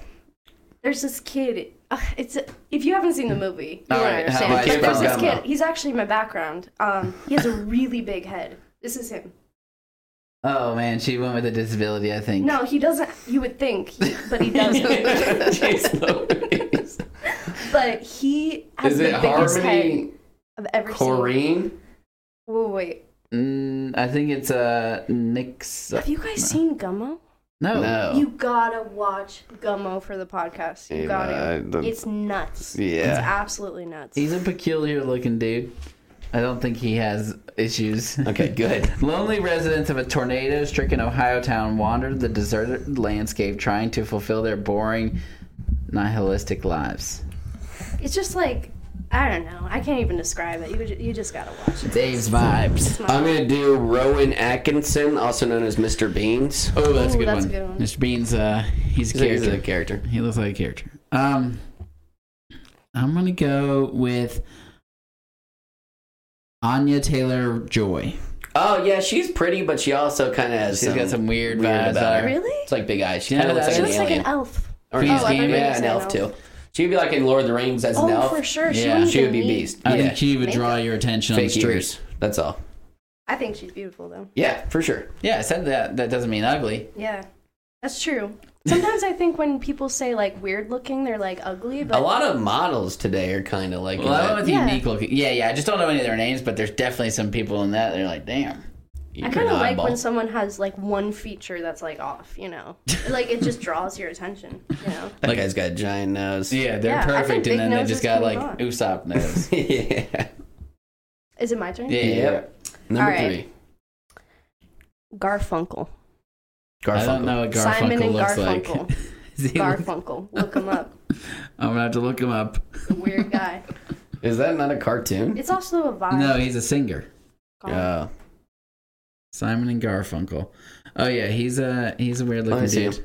S2: There's this kid. Uh, it's if you haven't seen the movie, you
S3: All
S2: won't
S3: right,
S2: understand.
S3: how I
S2: But there's
S1: found
S2: this
S1: Gummo.
S2: kid. He's actually my background. Um, he has a really big head. This is him.
S3: Oh man, she went with a disability. I think.
S2: No, he doesn't. You would think, but he doesn't.
S1: Jeez Louise.
S2: but he has
S1: Is
S2: the
S1: it
S2: biggest head
S1: Harmony
S2: I've ever seen.
S1: Corrine?
S2: Whoa, wait.
S3: Mm, I think it's uh Nick's.
S2: Have you guys seen Gummo?
S3: No.
S1: No.
S2: Oh, You gotta watch Gummo for the podcast. You
S1: Oh. Yeah,
S2: gotta.
S1: I- the-
S2: It's nuts. It's
S1: yeah.
S2: absolutely nuts.
S3: He's a peculiar looking dude. I don't think he has issues.
S1: Okay, good.
S3: Lonely residents of a tornado stricken Ohio town wandered the deserted landscape trying to fulfill their boring, nihilistic lives.
S2: It's just like I don't know. I can't even describe it. You ju- you just gotta watch it.
S3: Dave's vibes.
S1: I'm gonna do Rowan Atkinson, also known as Mr. Beans.
S3: Oh, that's a
S2: Ooh,
S3: good,
S2: that's
S3: one.
S2: a good one.
S3: Mr. Bean's, uh, he's a
S1: He's a
S3: character.
S1: character.
S3: He looks like a character. Um, I'm going to go with Anya Taylor Joy.
S1: Oh yeah, she's pretty, but she also kind of has
S3: She's got some weird vibes
S1: about
S3: on her.
S2: Really?
S1: It's like big eyes. She
S3: Yeah,
S1: kind of looks
S3: that
S1: like
S2: She
S1: an alien.
S2: looks like
S3: is-
S2: an elf.
S1: Or
S3: Beast
S1: an elf.
S2: I thought
S3: Game.
S2: you were
S1: Yeah,
S2: gonna
S1: an
S2: say
S1: elf too. She'd be like in Lord of the Rings as
S2: Oh,
S1: an elf.
S2: for sure.
S3: Yeah.
S2: wouldn't
S1: She would be
S2: even need-
S1: Beast.
S3: I
S1: yeah,
S3: think she would draw your attention on the
S1: fake
S3: street.
S1: ears. That's all.
S2: I think she's beautiful though.
S1: Yeah, for sure.
S3: Yeah, I said that. That doesn't mean ugly.
S2: Yeah, that's true. Sometimes I think when people say like weird looking, they're like ugly,
S1: A
S2: but
S1: lot of models today are kind of like
S3: Well, that one
S1: that.
S3: was
S2: Yeah.
S3: unique looking. Yeah, yeah. I just don't know any of their names, but there's definitely some people in that. They're like, damn.
S2: I kind of like when someone has like one feature that's like off. You know, like it just draws your attention. You know.
S1: that guy's got a giant nose.
S3: Yeah, they're
S2: Yeah, I think
S3: perfect,
S2: big
S3: and then they
S2: noses
S3: just got
S2: can
S3: like
S2: rock.
S3: Usopp nose.
S1: yeah.
S2: Is it my turn?
S3: Yeah,
S1: Yep. Number
S2: All right.
S1: three,
S2: Garfunkel.
S1: Garfunkel.
S3: I don't know what Garfunkel
S2: Simon and
S3: looks
S2: Garfunkel.
S3: like. Does he look-
S2: Garfunkel. Look him up.
S3: I'm gonna have to look him up.
S2: Weird guy.
S1: Is that not a cartoon?
S2: It's also a vibe.
S3: No, he's a singer.
S2: Colin.
S1: Oh.
S3: Simon and Garfunkel. Oh yeah, he's a he's a weird
S1: Let
S3: looking
S1: me see
S3: dude.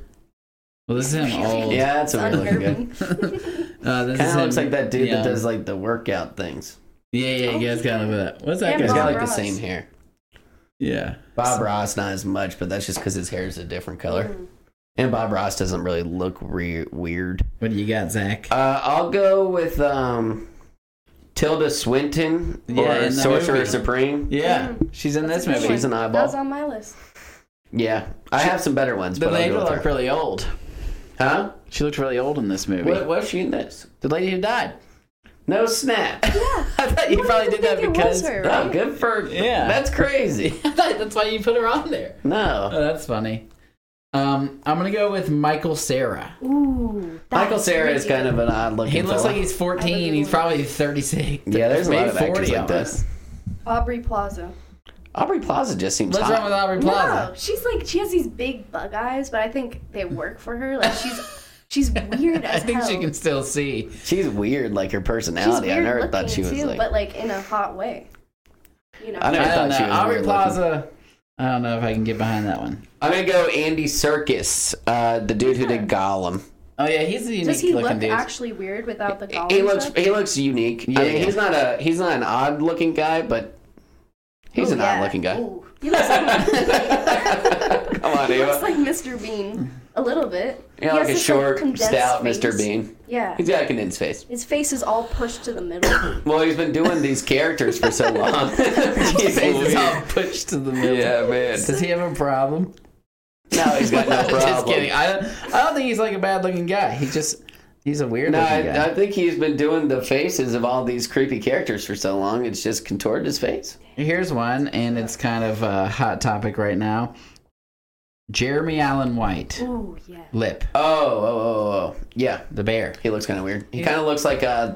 S3: Well, this is him old.
S1: yeah, that's a weird looking guy.
S2: Unnerving.
S3: Uh, this
S1: Kind
S3: is
S1: of looks
S3: him
S1: like that dude
S3: young.
S1: that does like the workout things.
S3: Yeah, yeah, yeah.
S2: Oh,
S3: It's kind of that. What's that
S2: And
S1: He's
S3: guy's
S1: got like
S2: Bob
S1: the
S2: Ross.
S1: same hair.
S3: Yeah.
S1: Bob Ross not as much, but that's just because his hair is a different color. And Bob Ross doesn't really look re- weird.
S3: What do you got, Zach?
S1: Uh, I'll go with um, Tilda Swinton
S3: Yeah,
S1: or
S3: in the
S1: Sorcerer
S3: movie.
S1: Supreme.
S3: yeah, she's in this
S2: That's a good
S3: movie.
S2: one.
S1: She's an
S2: That
S1: eyeball.
S2: was on my list.
S1: yeah, I have some better ones,
S3: The
S1: but I'll
S3: lady
S1: go with
S3: looked
S1: her.
S3: really old.
S1: Huh?
S3: She looked really old in this movie.
S1: What, what's she in this?
S3: The lady who died.
S1: No snap.
S3: I thought you
S2: Why
S3: probably
S2: did
S3: did that
S2: they think it was
S3: because.
S2: her?
S1: Oh, good for
S3: Yeah.
S1: That's crazy.
S3: I thought that's why you put her on there.
S1: No,
S3: Oh, that's funny. Um, I'm gonna go with Michael Sarah.
S2: Ooh. that's
S1: Michael Sarah is
S2: pretty.
S1: kind of an odd looking.
S3: He looks
S1: fella.
S3: like he's 14. He's probably 36.
S1: Yeah, there's a lot
S3: maybe
S1: of actors like
S3: almost.
S1: this.
S2: Aubrey Plaza.
S1: Aubrey Plaza just seems
S3: What's
S1: hot.
S3: wrong with Aubrey Plaza?
S2: No, she's like she has these big bug eyes, but I think they work for her. Like she's she's weird
S3: I
S2: as
S3: think
S2: hell.
S3: she can still see.
S1: She's weird, like her
S2: She's
S1: personality.
S2: weird
S1: I never
S2: looking
S1: thought she was
S2: too,
S1: like.
S2: but like in a hot way. You know.
S1: I never
S3: I
S1: thought
S3: don't know.
S1: she was
S3: Aubrey
S1: weird looking.
S3: Plaza. I don't know if I can get behind that one.
S1: I'm gonna go Andy Circus, uh, the dude who did Gollum.
S3: Oh yeah, he's a unique
S2: Does he
S3: looking
S2: look
S3: dude.
S2: actually weird without the collar?
S1: He
S2: and
S1: looks
S2: stuff?
S1: he looks unique.
S3: Yeah,
S1: I mean,
S3: yeah.
S1: he's not a he's not an odd looking guy, but he's
S2: Ooh,
S1: an
S2: Oh, yeah.
S1: odd looking guy.
S2: Ooh. He looks like,
S1: Come on,
S2: he looks
S1: Ava.
S2: like Mr. Bean a little bit.
S1: Yeah,
S2: He
S1: like
S2: has
S1: a
S2: this, like,
S1: short,
S2: condensed
S1: stout
S2: face.
S1: Mr. Bean.
S2: Yeah.
S1: He's got a condensed face.
S2: His face is all pushed to the middle.
S1: Well, he's been doing these characters for so long. He's
S3: He's
S1: weird.
S3: all pushed to the middle.
S1: Yeah, man.
S3: Does he have a problem?
S1: No, he's got no problem.
S3: just kidding. I don't, I don't think he's like a bad looking guy. He just he's a weird
S1: No,
S3: looking guy.
S1: I, I think he's been doing the faces of all these creepy characters for so long. It's just contorted his face.
S3: Here's one, and it's kind of a hot topic right now. Jeremy Allen White,
S2: Ooh, yeah.
S3: lip,
S1: Oh, oh, oh, oh, oh. Yeah,
S3: the bear.
S1: he looks kind of weird. He
S3: Yeah.
S1: kind of looks like uh,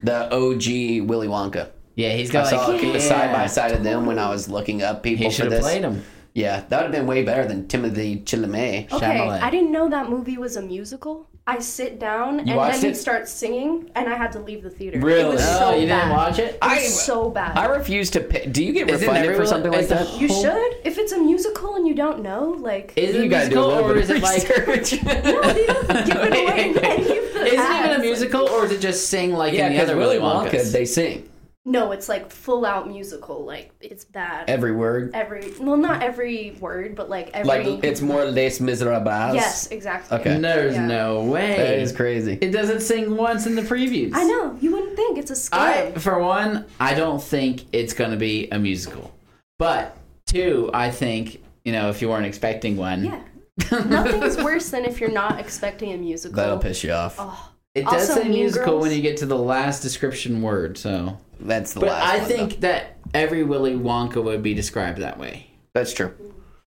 S1: the OG Willy Wonka.
S3: Yeah, he's
S1: I
S3: got
S1: saw
S3: like
S1: a
S3: yeah.
S1: side by side of them when I was looking up people
S3: He
S1: for
S3: should have
S1: this.
S3: played him.
S1: Yeah, that would have been way better than Timothy Chalamet.
S2: Okay,
S3: Shyamalan.
S2: I didn't know that movie was a musical. I sit down and
S1: watched
S2: then he
S1: it?
S2: starts singing, and I had to leave the theater. It
S1: Really?
S2: was
S1: Oh,
S2: so
S3: you
S2: bad.
S3: didn't watch it?
S2: It
S1: I-
S2: was so bad.
S1: I refuse to pay. Do you get
S3: Is it
S1: refunded for
S3: everyone-
S1: something like
S3: is the
S1: that?
S3: whole-
S2: you should. If it's a musical and you don't know, like
S3: Is it
S1: You
S3: a
S1: gotta do a
S3: musical
S1: little
S3: or
S1: bit
S3: is it
S1: of
S3: like?
S1: research.
S2: no, they don't give it away in any of the
S3: Is it
S2: ads.
S3: even a musical or is it just sing like
S1: yeah,
S3: in the
S1: because
S3: other
S1: Willy
S3: Willy
S1: Wonka,
S3: Wonkas?
S1: they sing
S2: No, it's like full out musical. Like it's bad.
S1: every word.
S2: Every well, not every word, but like every.
S1: Like it's more Les Miserables.
S2: yes, exactly.
S1: Okay.
S3: There's
S2: Yeah.
S3: no way.
S1: that is crazy.
S3: It doesn't sing once in the previews.
S2: I know you wouldn't think it's a
S3: I,
S2: scam.
S3: for one, I don't think it's going to be a musical. But two, I think you know if you weren't expecting one,
S2: yeah, nothing's worse than if you're not expecting a musical.
S1: That'll piss you off.
S2: Oh,
S3: it does
S2: Also,
S3: say
S2: Mean
S3: musical
S2: Girls.
S3: when you get to the last description word. So,
S1: That's the
S3: but
S1: last.
S3: I
S1: one,
S3: think
S1: though.
S3: that every Willy Wonka would be described that way.
S1: that's true.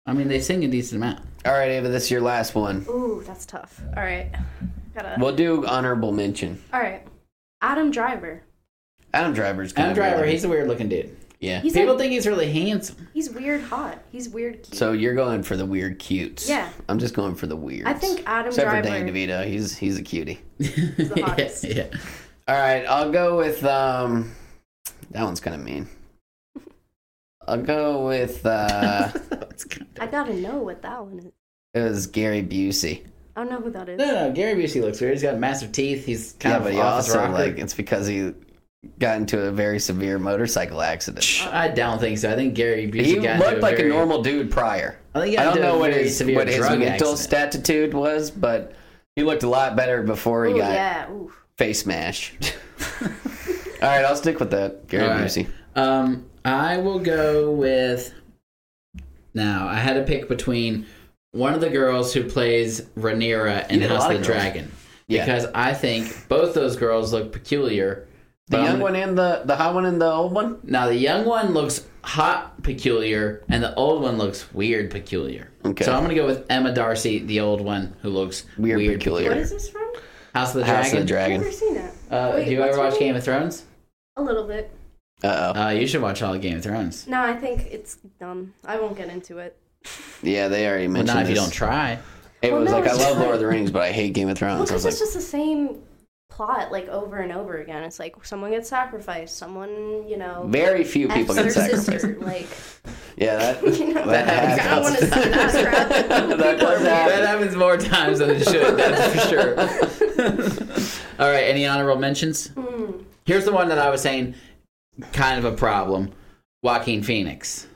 S3: I mean, they sing a decent amount.
S1: All right, Ava, this is your last one.
S2: ooh, that's tough. All right, gotta.
S1: We'll do honorable mention.
S2: All right, Adam Driver.
S1: Adam Driver's kind
S3: Adam
S1: of
S3: Driver,
S1: really-
S3: he's a weird looking dude.
S1: yeah.
S2: He's
S3: People
S2: like,
S3: think he's really handsome.
S2: he's weird hot. He's weird cute.
S1: so you're going for the weird cutes.
S2: Yeah.
S1: I'm just going for the weird.
S2: I think Adam
S1: Except
S2: Driver.
S1: for Dan DeVito, he's he's a cutie.
S2: the hottest.
S3: yeah.
S1: All right, I'll go with um. That one's kind of mean. I'll go with uh.
S3: That's kinda-
S2: I gotta know what that one is.
S1: it was Gary Busey.
S2: I don't know who that is.
S3: No, no, Gary Busey looks weird. He's got massive teeth. He's
S1: Yeah,
S3: kind
S1: but
S3: of
S1: he
S3: office
S1: also
S3: rocker.
S1: like it's because he got into a very severe motorcycle accident.
S3: I don't think so. I think Gary Busey
S1: He
S3: got into
S1: looked like
S3: very-
S1: a normal dude prior.
S3: I think he
S1: I
S3: got
S1: don't
S3: into a
S1: know what
S3: very
S1: his
S3: severe
S1: what his
S3: drug
S1: mental
S3: accident.
S1: statitude was, but he looked a lot better before he
S2: Ooh,
S1: got
S2: yeah. Ooh.
S1: face smashed. All right, I'll stick with that, Gary
S3: All right.
S1: Busey.
S3: Um, I will go with. Now I had to pick between one of the girls who plays Rhaenyra in
S1: did a
S3: House
S1: lot
S3: of the
S1: of girls.
S3: Dragon
S1: Yeah.
S3: because I think both those girls look peculiar.
S1: The
S3: but I'm
S1: young
S3: gonna-
S1: one and the the hot one and the old one.
S3: Now the young one looks hot peculiar, and the old one looks weird peculiar.
S1: Okay.
S3: So I'm gonna go with Emma Darcy, the old one who looks
S1: Weird
S3: weird,
S1: peculiar.
S3: peculiar.
S2: What is this from?
S3: House of the
S1: House of the
S3: Dragon.
S2: I've
S1: Dragon.
S2: never seen it.
S3: Uh,
S2: Wait,
S3: do you
S2: what's
S3: ever
S2: her
S3: watch
S2: name?
S3: Game of Thrones?
S2: A little bit.
S1: Uh oh.
S3: Uh, you should watch all of Game of Thrones.
S2: No, I think it's dumb. I won't get into it.
S1: Yeah, they already
S3: But
S1: mentioned
S3: not if you
S1: this.
S3: don't try.
S1: It
S2: Well,
S1: was
S2: no,
S1: like I
S2: it's
S1: love
S2: fine.
S1: Lord of the Rings, but I hate Game of
S2: Well,
S1: Thrones. I was
S2: because
S1: like,
S2: it's just the same plot, like over and over again. It's like someone gets sacrificed, someone, you know,
S1: very few people
S2: F's their
S1: get sacrificed.
S2: sister. Like,
S1: Yeah, that
S2: you know,
S1: That
S2: I don't want to
S1: happens.
S2: see that crap.
S1: that does
S3: That
S1: happen.
S3: happens more times than it should, that's for sure. All right, any honorable mentions?
S2: Hmm.
S3: Here's the one that I was saying kind of a problem Joaquin Phoenix.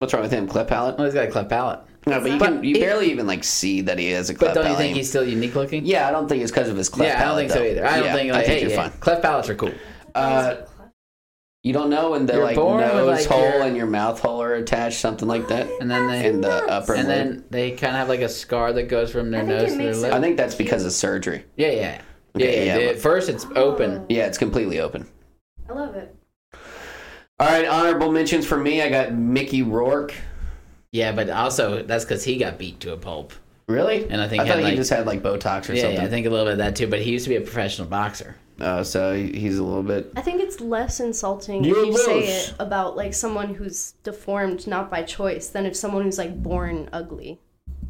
S1: What's wrong with him? Clip palette?
S3: Well, he's got a clip palette.
S1: No, but you
S3: But
S1: can you
S3: it-
S1: barely even like see that he has a
S3: But
S1: clip
S3: don't you
S1: palette.
S3: think he's still unique looking?
S1: Yeah, I don't think it's because of his clip
S3: yeah, I don't
S1: palette.
S3: think so
S1: though.
S3: either. I don't
S1: Yeah,
S3: think like,
S1: I think
S3: hey,
S1: you're
S3: yeah,
S1: fine.
S3: Cleft palettes are cool.
S1: Uh, you don't know when the
S3: You're
S1: like
S3: born with,
S1: nose
S3: like,
S1: hole
S3: your-
S1: and your mouth hole are attached, something like that.
S3: And then they
S1: And the upper
S3: and
S1: lip.
S3: then they kind of have like a scar that goes from their
S2: I think it
S3: nose to their
S2: makes
S3: lip.
S1: I think that's because of surgery.
S3: Yeah, yeah.
S1: Okay,
S3: yeah, yeah.
S1: yeah.
S3: At first, it's
S2: Oh.
S3: open.
S1: Yeah, it's completely open.
S2: I love it.
S1: All right, honorable mentions for me. I got Mickey Rourke.
S3: Yeah, but also that's because he got beat to a pulp.
S1: Really?
S3: And I think
S1: I
S3: he had,
S1: thought he
S3: like-
S1: just had like Botox or
S3: Yeah,
S1: something.
S3: yeah, I think a little bit of that too. But he used to be a professional boxer.
S1: Uh, so he- he's a little bit.
S2: I think it's less insulting
S1: You're
S2: if you say
S1: loose.
S2: it about like someone who's deformed not by choice than if someone who's like born ugly.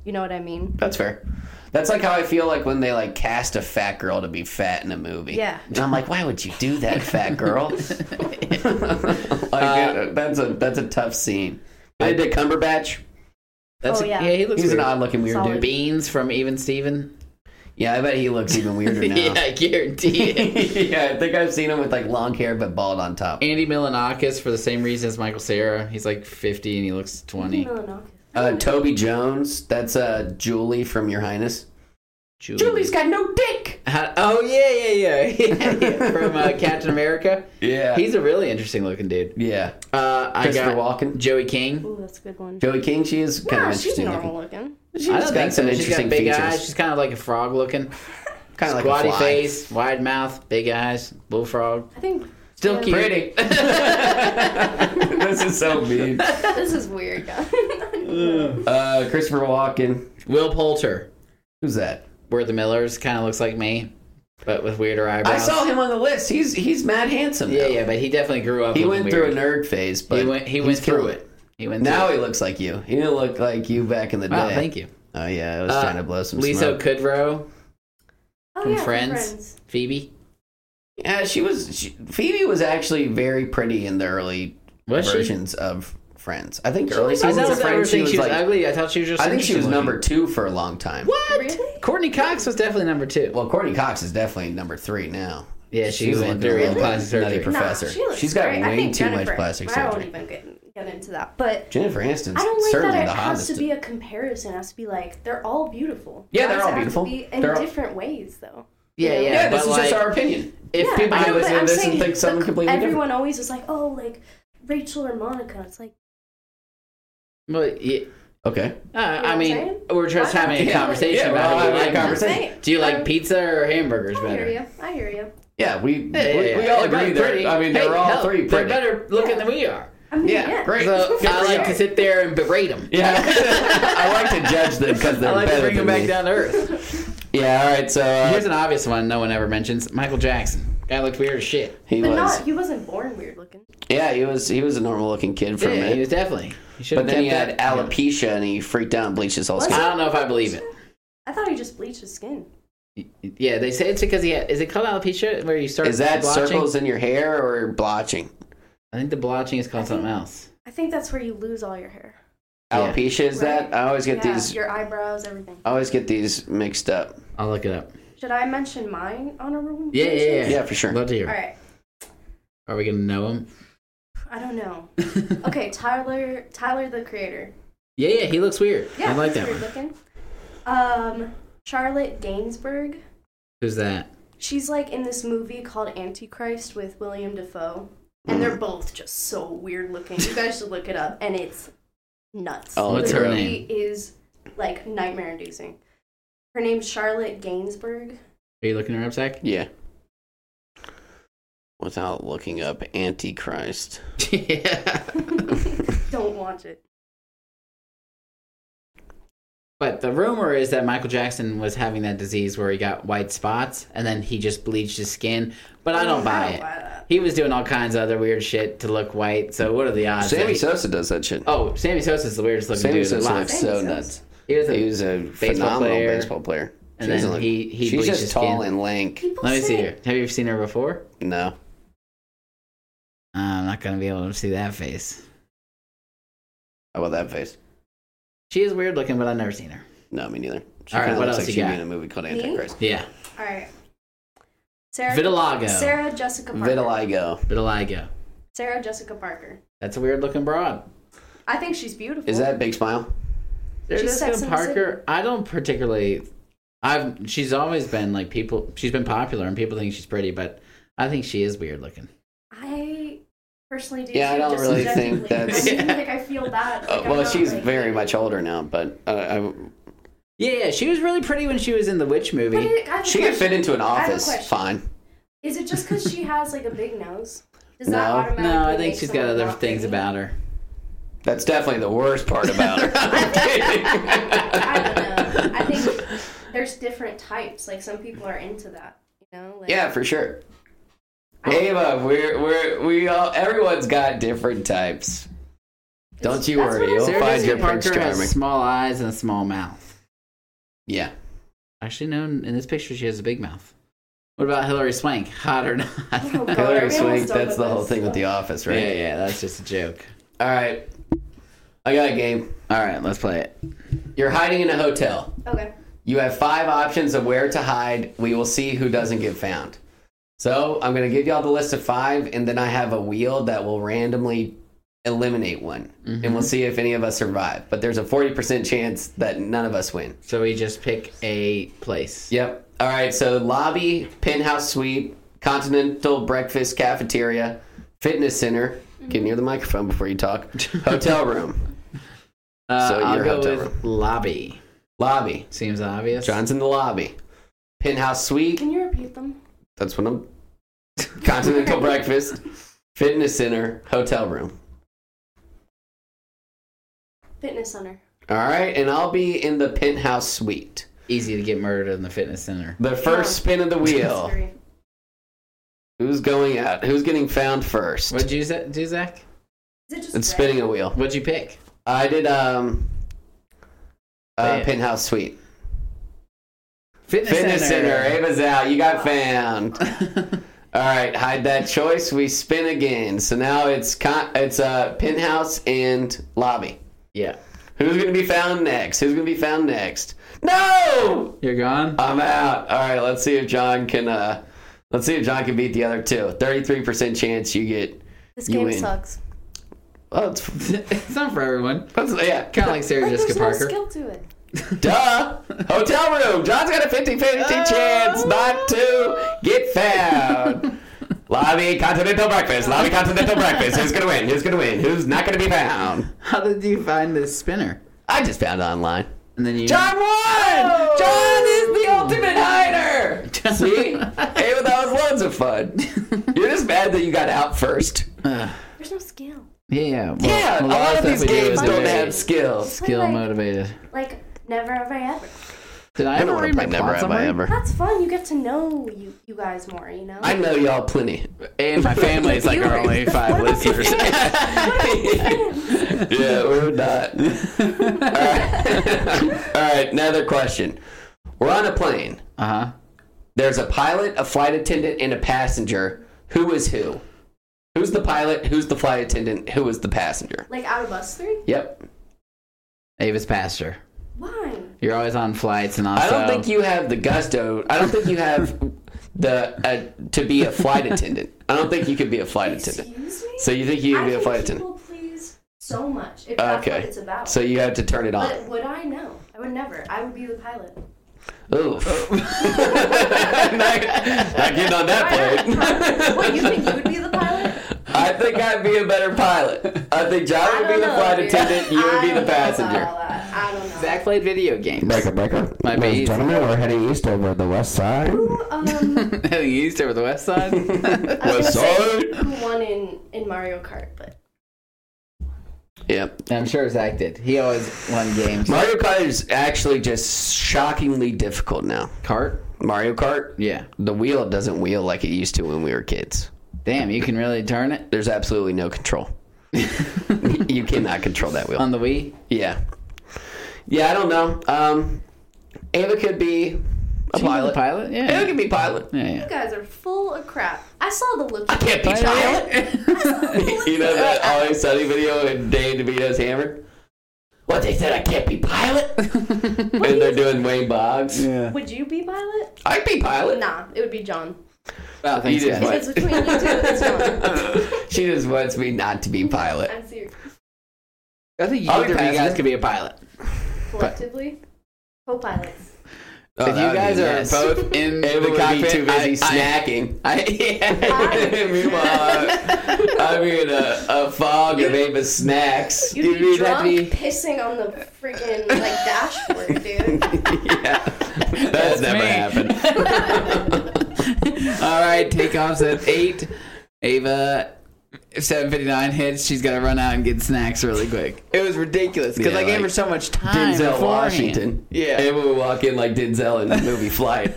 S2: You know what I mean?
S1: That's fair. That's like how I feel like when they like cast a fat girl to be fat in a movie.
S2: Yeah.
S1: And I'm like, why would you do that, fat girl? like uh, that's a that's a tough scene. I did Cumberbatch.
S3: That's
S2: Oh,
S3: a,
S2: yeah.
S3: he looks
S1: He's an
S3: weird.
S1: odd looking weird
S2: Solid.
S1: dude.
S3: Beans from Even Steven.
S1: Yeah, I bet he looks even weirder now.
S3: yeah, I guarantee it.
S1: yeah, I think I've seen him with like long hair but bald on top.
S3: Andy Milanakis for the same reason as Michael Sarah. He's like 50 and he looks 20.
S2: Melanocus.
S1: Uh, Toby Jones, that's uh, Julie from Your Highness.
S3: Julie.
S1: got no dick.
S3: How- oh yeah, yeah, yeah, yeah, yeah. from uh, Captain America.
S1: Yeah,
S3: He's a really interesting looking dude.
S1: yeah.
S3: Uh, I
S1: Christopher
S3: got
S1: Walken,
S3: Joey King.
S2: Ooh, that's a good one.
S1: Joey King. She is kind
S2: Yeah,
S1: of
S2: she's
S1: interesting. looking.
S2: normal looking.
S1: She's
S3: I don't
S1: got
S3: think
S1: some
S3: so. She's
S1: interesting
S3: got big
S1: features.
S3: eyes. She's kind of like a frog looking.
S1: kind of like
S3: Squatty
S1: a fly.
S3: face, wide mouth, big eyes, bullfrog.
S2: I think
S3: Still
S2: Yeah.
S3: cute.
S1: Pretty. this is so mean.
S2: this is weird. Oh, guys.
S1: Uh, Christopher Walken.
S3: Will Poulter.
S1: Who's that?
S3: Where the Millers kind of looks like me, but with weirder
S1: I
S3: eyebrows.
S1: saw him on the list. He's he's mad handsome.
S3: Yeah,
S1: though.
S3: yeah, but he definitely grew up.
S1: He
S3: looking
S1: went through a
S3: weird.
S1: nerd phase, but
S3: He went. He
S1: he's
S3: went through
S1: killing
S3: it. He went.
S1: Now
S3: through
S1: he looks like you. He didn't look like you back in the
S3: it. Wow,
S1: day.
S3: thank you.
S1: Oh yeah, I was
S3: Uh,
S1: trying to blow some
S3: Lisa
S1: smoke.
S3: Kudrow,
S2: Oh,
S3: From
S2: yeah,
S3: Friends. Phoebe.
S1: Yeah, she was. She, Phoebe was actually very pretty in the early
S3: Was she?
S1: versions of Friends. I think
S2: She
S1: early
S2: was
S3: I
S1: seasons
S3: thought
S1: of
S3: was ever
S1: Friends. She
S3: think
S1: was,
S3: she was
S1: like.
S3: ugly. I thought she was just.
S1: I think she was
S3: interesting
S1: number
S3: looking.
S1: two for a long time.
S3: What?
S2: Really?
S3: Courtney Cox was definitely number two.
S1: Well, Courtney Cox is definitely number three now.
S3: yeah, she
S1: she's looking
S3: went through
S1: a little
S3: plastic
S1: nutty
S3: surgery.
S1: for- Professor.
S2: Nah, she looks
S1: She's got
S2: great. I
S1: way
S2: think
S1: too much
S2: Jennifer-
S1: plastic
S2: I won't
S1: surgery.
S2: even get, get into that. But
S1: Jennifer Aniston's
S2: I don't like
S1: certainly
S2: that it
S1: the
S2: has
S1: hottest.
S2: to be a comparison. It has to be like they're all beautiful.
S1: Yeah,
S2: Why
S1: they're
S2: does
S1: all
S2: it have to
S1: beautiful.
S2: be in
S1: They're all-
S2: different ways, though.
S3: Yeah, yeah.
S1: yeah, this
S3: but
S1: is just
S3: like,
S1: our opinion.
S3: If people
S1: I
S2: know,
S1: was
S2: but
S1: in
S2: I'm
S1: this and
S2: saying
S1: think something
S2: the-
S1: completely different.
S2: Everyone always is like, oh, like Rachel or Monica. It's like,
S3: But, yeah,
S1: Okay.
S3: uh, I
S2: what I'm
S3: mean,
S2: saying?
S3: we're just
S2: I
S3: having a
S2: don't-
S3: conversation
S1: Yeah,
S3: about
S1: we're
S3: how we
S1: having a
S3: like them.
S1: conversation.
S2: Hey,
S3: Do you like
S2: um,
S3: pizza or hamburgers
S2: I hear
S3: better?
S2: you. I hear you.
S1: Yeah, we
S3: Yeah,
S1: we,
S3: yeah,
S1: we
S3: yeah.
S1: all
S3: They're
S1: agree
S3: both pretty.
S1: that I mean
S3: Hey,
S1: they're all
S3: hell,
S1: three
S3: They're
S1: pretty.
S3: better looking than we are.
S2: I mean,
S1: Yeah,
S2: yeah,
S1: great.
S3: So
S1: Good
S3: I
S1: for
S3: like
S1: you.
S3: to sit there and berate them.
S1: Yeah, I like to judge them because they're
S3: I like to
S1: better
S3: bring
S1: than
S3: them back
S1: me.
S3: down to earth.
S1: Yeah, all right. So
S3: Here's
S1: uh,
S3: an obvious one no one ever mentions. Michael Jackson. Guy looked weird as shit.
S1: he
S2: But
S1: was.
S2: not, he wasn't born weird looking.
S1: yeah, he was. He was a normal looking kid for a
S3: Yeah, he
S1: minute.
S3: was definitely. He should
S1: But
S3: have
S1: then he
S3: kept
S1: had
S3: that.
S1: alopecia and he freaked out and bleached his whole
S2: Was
S1: skin.
S3: I don't know if I believe it.
S2: I thought he just bleached his skin.
S3: Yeah, they say it's because he had. Is it called alopecia where you start
S1: Is that
S3: blotching?
S1: circles in your hair or blotching?
S3: I think the blotching is called something else.
S2: I think that's where you lose all your hair.
S3: Yeah.
S1: Alopecia is that?
S2: Right.
S1: I always get
S2: yeah,
S1: these.
S2: your eyebrows, everything.
S1: I always get these mixed up.
S3: I'll look it up.
S2: Should I mention mine on a room?
S3: Yeah, yeah, yeah.
S1: Yeah, for sure.
S3: Love to hear.
S2: All right.
S3: Are we gonna know him?
S2: I don't know. okay, Tyler, Tyler the creator.
S3: Yeah, yeah. He looks weird.
S2: Yeah,
S3: I like
S2: he's
S3: that
S2: weird
S3: one.
S2: Looking. Um, Charlotte Gainsbourg.
S3: Who's that?
S2: She's like in this movie called Antichrist with William Defoe, and they're both just so weird looking. You guys should look it up, and it's nuts.
S1: Oh,
S3: What's her
S2: The
S3: name?
S2: movie Is like nightmare inducing. Her name's Charlotte Gainsbourg.
S3: Are you looking her up, Zach?
S1: Yeah. Without looking up Antichrist.
S3: yeah.
S2: Don't watch it.
S3: But the rumor is that Michael Jackson was having that disease where he got white spots and then he just bleached his skin. But I don't buy it.
S2: that.
S3: He was doing all kinds of other weird shit to look white. So what are the odds? that
S1: Sammy
S3: he-
S1: Sosa does that shit.
S3: Oh, Sammy Sosa's the weirdest looking
S1: Sammy
S3: dude
S1: Sosa
S3: alive.
S1: looks so
S2: Sammy Sosa.
S1: nuts.
S3: He was
S1: He
S3: a,
S1: was a
S3: Baseball
S1: phenomenal
S3: player.
S1: baseball player.
S3: and
S1: She doesn't
S3: then
S1: look-
S3: he he
S1: she's
S3: bleached
S1: just
S3: his
S1: tall
S3: skin.
S1: and lank.
S2: People
S3: Let me
S2: say
S3: see her. Have you ever seen her before?
S1: No.
S3: Uh, I'm not gonna be able to see that face.
S1: How about that face?
S3: She is weird looking, but I've never seen her.
S1: No, me neither. She
S3: All right,
S1: kind of
S3: what
S1: looks
S3: else
S1: like
S3: you
S1: she'd be
S3: got?
S1: in a movie called
S2: Me?
S1: Antichrist.
S3: Yeah,
S2: All right. Sarah.
S3: vitiligo.
S2: Sarah Jessica Parker.
S1: Vitiligo.
S3: Vitiligo.
S2: Sarah Jessica Parker.
S3: That's a weird looking broad.
S2: I think she's beautiful.
S1: Is that Big Smile?
S3: Sarah
S2: She's Sex
S3: Jessica
S2: and the
S3: Parker. I don't particularly. I've she's always been like people. She's been popular and people think she's pretty, but I think she is weird looking.
S2: I personally do.
S1: Yeah, I
S2: too,
S1: don't
S2: just
S1: really think
S2: subjectively.
S1: that's-
S2: I mean, like I feel bad.
S1: Uh,
S2: Like, I'm
S1: well,
S2: not,
S1: she's
S2: like-
S1: very much older now, but uh, I,
S3: Yeah, yeah, she was really pretty when she was in the witch
S2: But
S3: movie.
S2: it, I have a
S1: she could fit
S2: question.
S1: into an
S2: I have a
S1: office
S2: question.
S1: fine.
S2: Is it just because she has like a big nose? Does
S1: No.
S2: that automatically
S3: No, I
S2: make
S3: think she's got
S2: someone
S3: other
S2: not
S3: things
S2: pretty?
S3: about her.
S1: That's definitely the worst part about her.
S2: I don't know. I think there's different types. Like some people are into that. You know. Like,
S1: yeah, for sure. Ava, we're we're we all everyone's got different types. Don't you
S2: That's
S1: worry,
S2: what I
S1: you'll
S2: said.
S1: find
S3: Sarah
S1: your
S3: Jessica
S1: prince
S3: Parker
S1: charming.
S3: has small eyes and a small mouth.
S1: Yeah,
S3: Actually, no. In this picture, she has a big mouth. What about Hillary Swank? Hot or not?
S2: Oh, God,
S1: Hillary
S2: everyone's
S1: Swank.
S2: done
S1: That's
S2: with
S1: the whole
S2: this.
S1: thing with The Office, right?
S3: Yeah, yeah. That's just a joke.
S1: All right, I got a game.
S3: All right, let's play it.
S1: You're hiding in a hotel.
S2: Okay.
S1: You have five options of where to hide. We will see who doesn't get found. So I'm going to give y'all the list of five, and then I have a wheel that will randomly eliminate one, and
S2: Mm-hmm.
S1: we'll see if any of us survive. But there's a 40% chance that none of us win.
S3: So we just pick a place.
S1: Yep. All right. So lobby, penthouse suite, continental breakfast cafeteria, fitness center. Get near the microphone before you talk. Hotel room,
S3: Uh,
S1: So
S3: I'll
S1: your
S3: go
S1: hotel
S3: with lobby.
S1: lobby.
S3: Seems obvious.
S1: John's in the lobby. Penthouse suite.
S2: Can you repeat them?
S1: That's what I'm. Continental breakfast, fitness center, hotel room.
S2: Fitness center.
S1: All right, and I'll be in the penthouse suite.
S3: Easy to get murdered in the fitness center.
S1: The first spin of the wheel.
S2: Three.
S1: Who's going out? Who's getting found first?
S3: What'd you za- do, Zach?
S2: Is it just
S1: It's
S2: red?
S1: spinning a wheel.
S3: What'd you pick?
S1: I did um,
S3: Play
S1: uh,
S3: it.
S1: penthouse suite.
S3: Fitness,
S1: Fitness center. Ava's out. You got found.
S3: center.
S1: All right, hide that choice. We spin again. So now it's con- it's uh, penthouse and lobby.
S3: yeah.
S1: Who's gonna be found next? Who's gonna be found next? No.
S3: You're gone?
S1: I'm out. All right, let's see if John can. Uh, let's see if John can beat the other two. Thirty-three percent chance you get.
S2: This
S1: You
S2: game
S1: win.
S2: sucks.
S1: Oh, it's,
S3: it's not for everyone.
S1: that's, yeah.
S3: Kind of like Sarah
S2: But there's
S3: Jessica
S2: no
S3: Parker.
S2: skill to it.
S1: Duh. Hotel room. John's got a 50-50
S3: Ah.
S1: chance not to get found. Lobby continental breakfast. Lobby continental breakfast. Who's gonna win? Who's gonna win? Who's not gonna be found?
S3: How did you find this spinner?
S1: I just found it online.
S3: And then you.
S1: John won.
S3: Oh.
S1: John is the ultimate hider. See, hey, well, that was loads of fun. You're just mad that you got out first.
S2: There's no skill.
S3: yeah. well,
S1: Yeah, a lot of
S3: stuff
S1: these
S3: we do
S1: games
S3: is
S1: don't
S3: very
S1: have skills.
S2: Play
S3: Skill
S2: like-
S3: motivated.
S2: Like never have I ever.
S3: Did I,
S1: I
S3: ever
S1: don't want
S3: read
S1: to play
S3: my
S1: Never
S3: plot
S1: Have I
S3: summary?
S1: Ever.
S2: That's fun. You get to know you, you guys more. You know.
S1: I know y'all plenty.
S3: And my family's like our only five listeners.
S1: Yeah, we're not. All right. All right, another question. We're on a plane.
S3: Uh huh.
S1: There's a pilot, a flight attendant, and a passenger. Who is who? Who's the pilot? Who's the flight attendant? Who is the passenger?
S2: like out of us three.
S1: Yep.
S3: Ava's pastor.
S2: Why?
S3: You're always on flights and also.
S1: I don't think you have the gusto. I don't think you have the uh, to be a flight attendant. I don't think you could be a flight attendant.
S2: Excuse me.
S1: So you think you
S2: I
S1: could be a
S2: think
S1: flight attendant?
S2: People please so much. If that's what
S1: Okay.
S2: it's about.
S1: So you have to turn it on.
S2: but would I know? I would never. I would be the pilot.
S1: Oof. not, not getting on that plane.
S2: what you think you would be the pilot?
S1: I think I'd be a better pilot. I think John
S2: I
S1: would be
S2: don't
S1: the
S2: know,
S1: flight
S2: dude.
S1: attendant. You would
S2: I
S1: be the
S2: don't know about
S1: passenger.
S2: all that. I don't know.
S3: Zach played video games.
S1: Breaker, breaker.
S3: Might be Ladies and easy.
S1: gentlemen, we're heading east over the west side.
S2: Um,
S3: Heading east over the west side.
S2: I was
S1: West
S2: gonna say
S1: side.
S2: who won in, in Mario Kart, but
S1: Yep.
S3: I'm sure Zach did. He always won games.
S1: Mario Kart is actually just shockingly difficult now.
S3: Cart?
S1: Mario Kart,
S3: Yeah.
S1: the wheel doesn't wheel like it used to when we were kids.
S3: Damn, you can really turn it
S1: There's absolutely no control. you cannot control that wheel.
S3: on the Wii.
S1: Yeah. Yeah, I don't know. Um, Ava could be a pilot. Ava
S3: Pilot? Yeah.
S1: could be pilot.
S3: Yeah.
S2: you
S3: yeah.
S2: guys are full of crap. I saw the look.
S1: I can't be pilot. you know that Always Sunny video and Dave DeVito's hammered? What, they said I can't be pilot? and they're doing Wayne Boggs.
S2: Would you be pilot?
S1: I'd be pilot.
S2: Nah, it would be John.
S3: Wow, thanks,
S1: You did
S3: guys.
S1: what?
S2: If it's between you two, it's John.
S1: She just wants me not to be pilot.
S2: I'm serious.
S3: I think
S1: I'll be
S3: either of you guys
S1: passenger.
S3: could be a pilot.
S2: Collectively, co-pilots.
S1: Oh,
S3: if
S1: that
S3: you
S1: would be
S3: guys
S1: a
S3: are
S1: mess.
S3: both in
S1: Ava
S3: the
S1: would
S3: cockpit,
S1: be too
S3: I- I-
S1: busy snacking.
S3: I- yeah.
S1: Meanwhile, I'm in a, a fog of Ava's snacks.
S2: You'd be
S1: mean
S2: drunk
S1: that'd be-
S2: pissing on the freaking like dashboard, dude.
S1: yeah. That's never
S3: me.
S1: happened.
S3: All right, takeoff's at eight. Ava 7:59 hits, she's gotta run out and get snacks really quick. It was ridiculous because
S1: Yeah,
S3: I gave
S1: like
S3: her so much time.
S1: Denzel
S3: beforehand.
S1: Washington.
S3: Yeah.
S1: And we would walk in like Denzel in the movie Flight.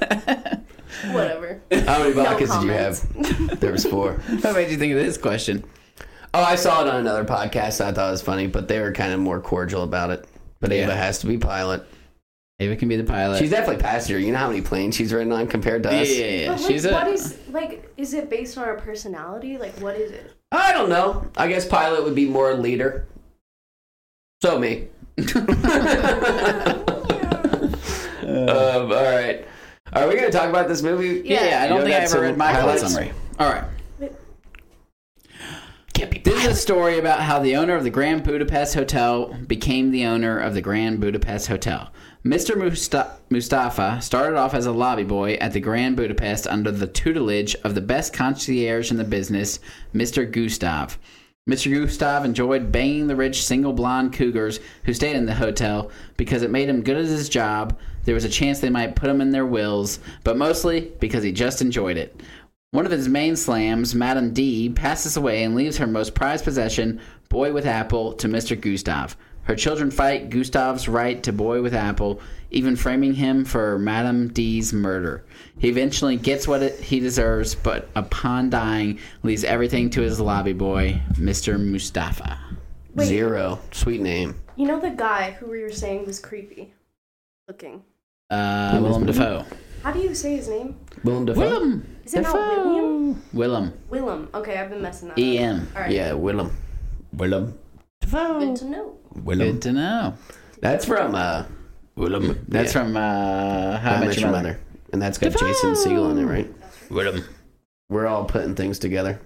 S2: Whatever.
S1: How many
S2: No
S1: vodkas did you
S2: comments.
S1: have? There was four.
S3: what made you think of this question?
S1: Oh, I saw it on another podcast. I thought it was funny, but they were kind of more cordial about it. But
S3: Yeah.
S1: Ava has to be pilot.
S3: Ava can be the pilot.
S1: She's definitely passenger. You know how many planes she's ridden on compared to
S3: yeah,
S1: us?
S3: yeah, yeah.
S2: But like,
S3: She's
S2: what
S3: a.
S2: is like? Is it based on our personality? Like, what is it?
S1: I don't know. I guess pilot would be more leader. So me. um, all right. Are we going to talk about this movie?
S3: yeah, yeah, I
S1: You
S3: don't
S1: know,
S3: think I
S1: that's
S3: ever
S1: a-
S3: read my plot
S1: highlights?
S3: summary. All right.
S1: Can't be
S3: This is a story about how the owner of the Grand Budapest Hotel became the owner of the Grand Budapest Hotel. Mr. Musta- Mustafa started off as a lobby boy at the Grand Budapest under the tutelage of the best concierge in the business, Mr. Gustav. Mr. Gustav enjoyed banging the rich single blonde cougars who stayed in the hotel because it made him good at his job. There was a chance they might put him in their wills, but mostly because he just enjoyed it. One of his main slams, Madame D, passes away and leaves her most prized possession, Boy with Apple, to Mr. Gustav. Her children fight Gustav's right to Boy with Apple, even framing him for Madame D's murder. He eventually gets what it, he deserves, but upon dying, leaves everything to his lobby boy, Mr. Mustafa.
S2: Wait.
S1: Zero. Sweet name.
S2: You know the guy who we were saying was creepy looking.
S3: Uh, Willem Dafoe.
S2: How do you say his name?
S1: Willem Dafoe.
S3: Willem!
S2: Is it not William?
S3: Willem. E
S2: Willem. Okay, I've been messing that up.
S3: E.M.
S2: All right.
S1: Yeah, Willem. Willem.
S2: Good to know.
S1: Willem.
S3: Good to know.
S1: That's from uh, Willem.
S3: That's
S1: yeah.
S3: from uh, How
S1: How
S3: I
S1: I
S3: Met Your Mother.
S1: And that's got
S3: Defoe.
S1: Jason Segel in it, right?
S3: Willem.
S1: We're all putting things together.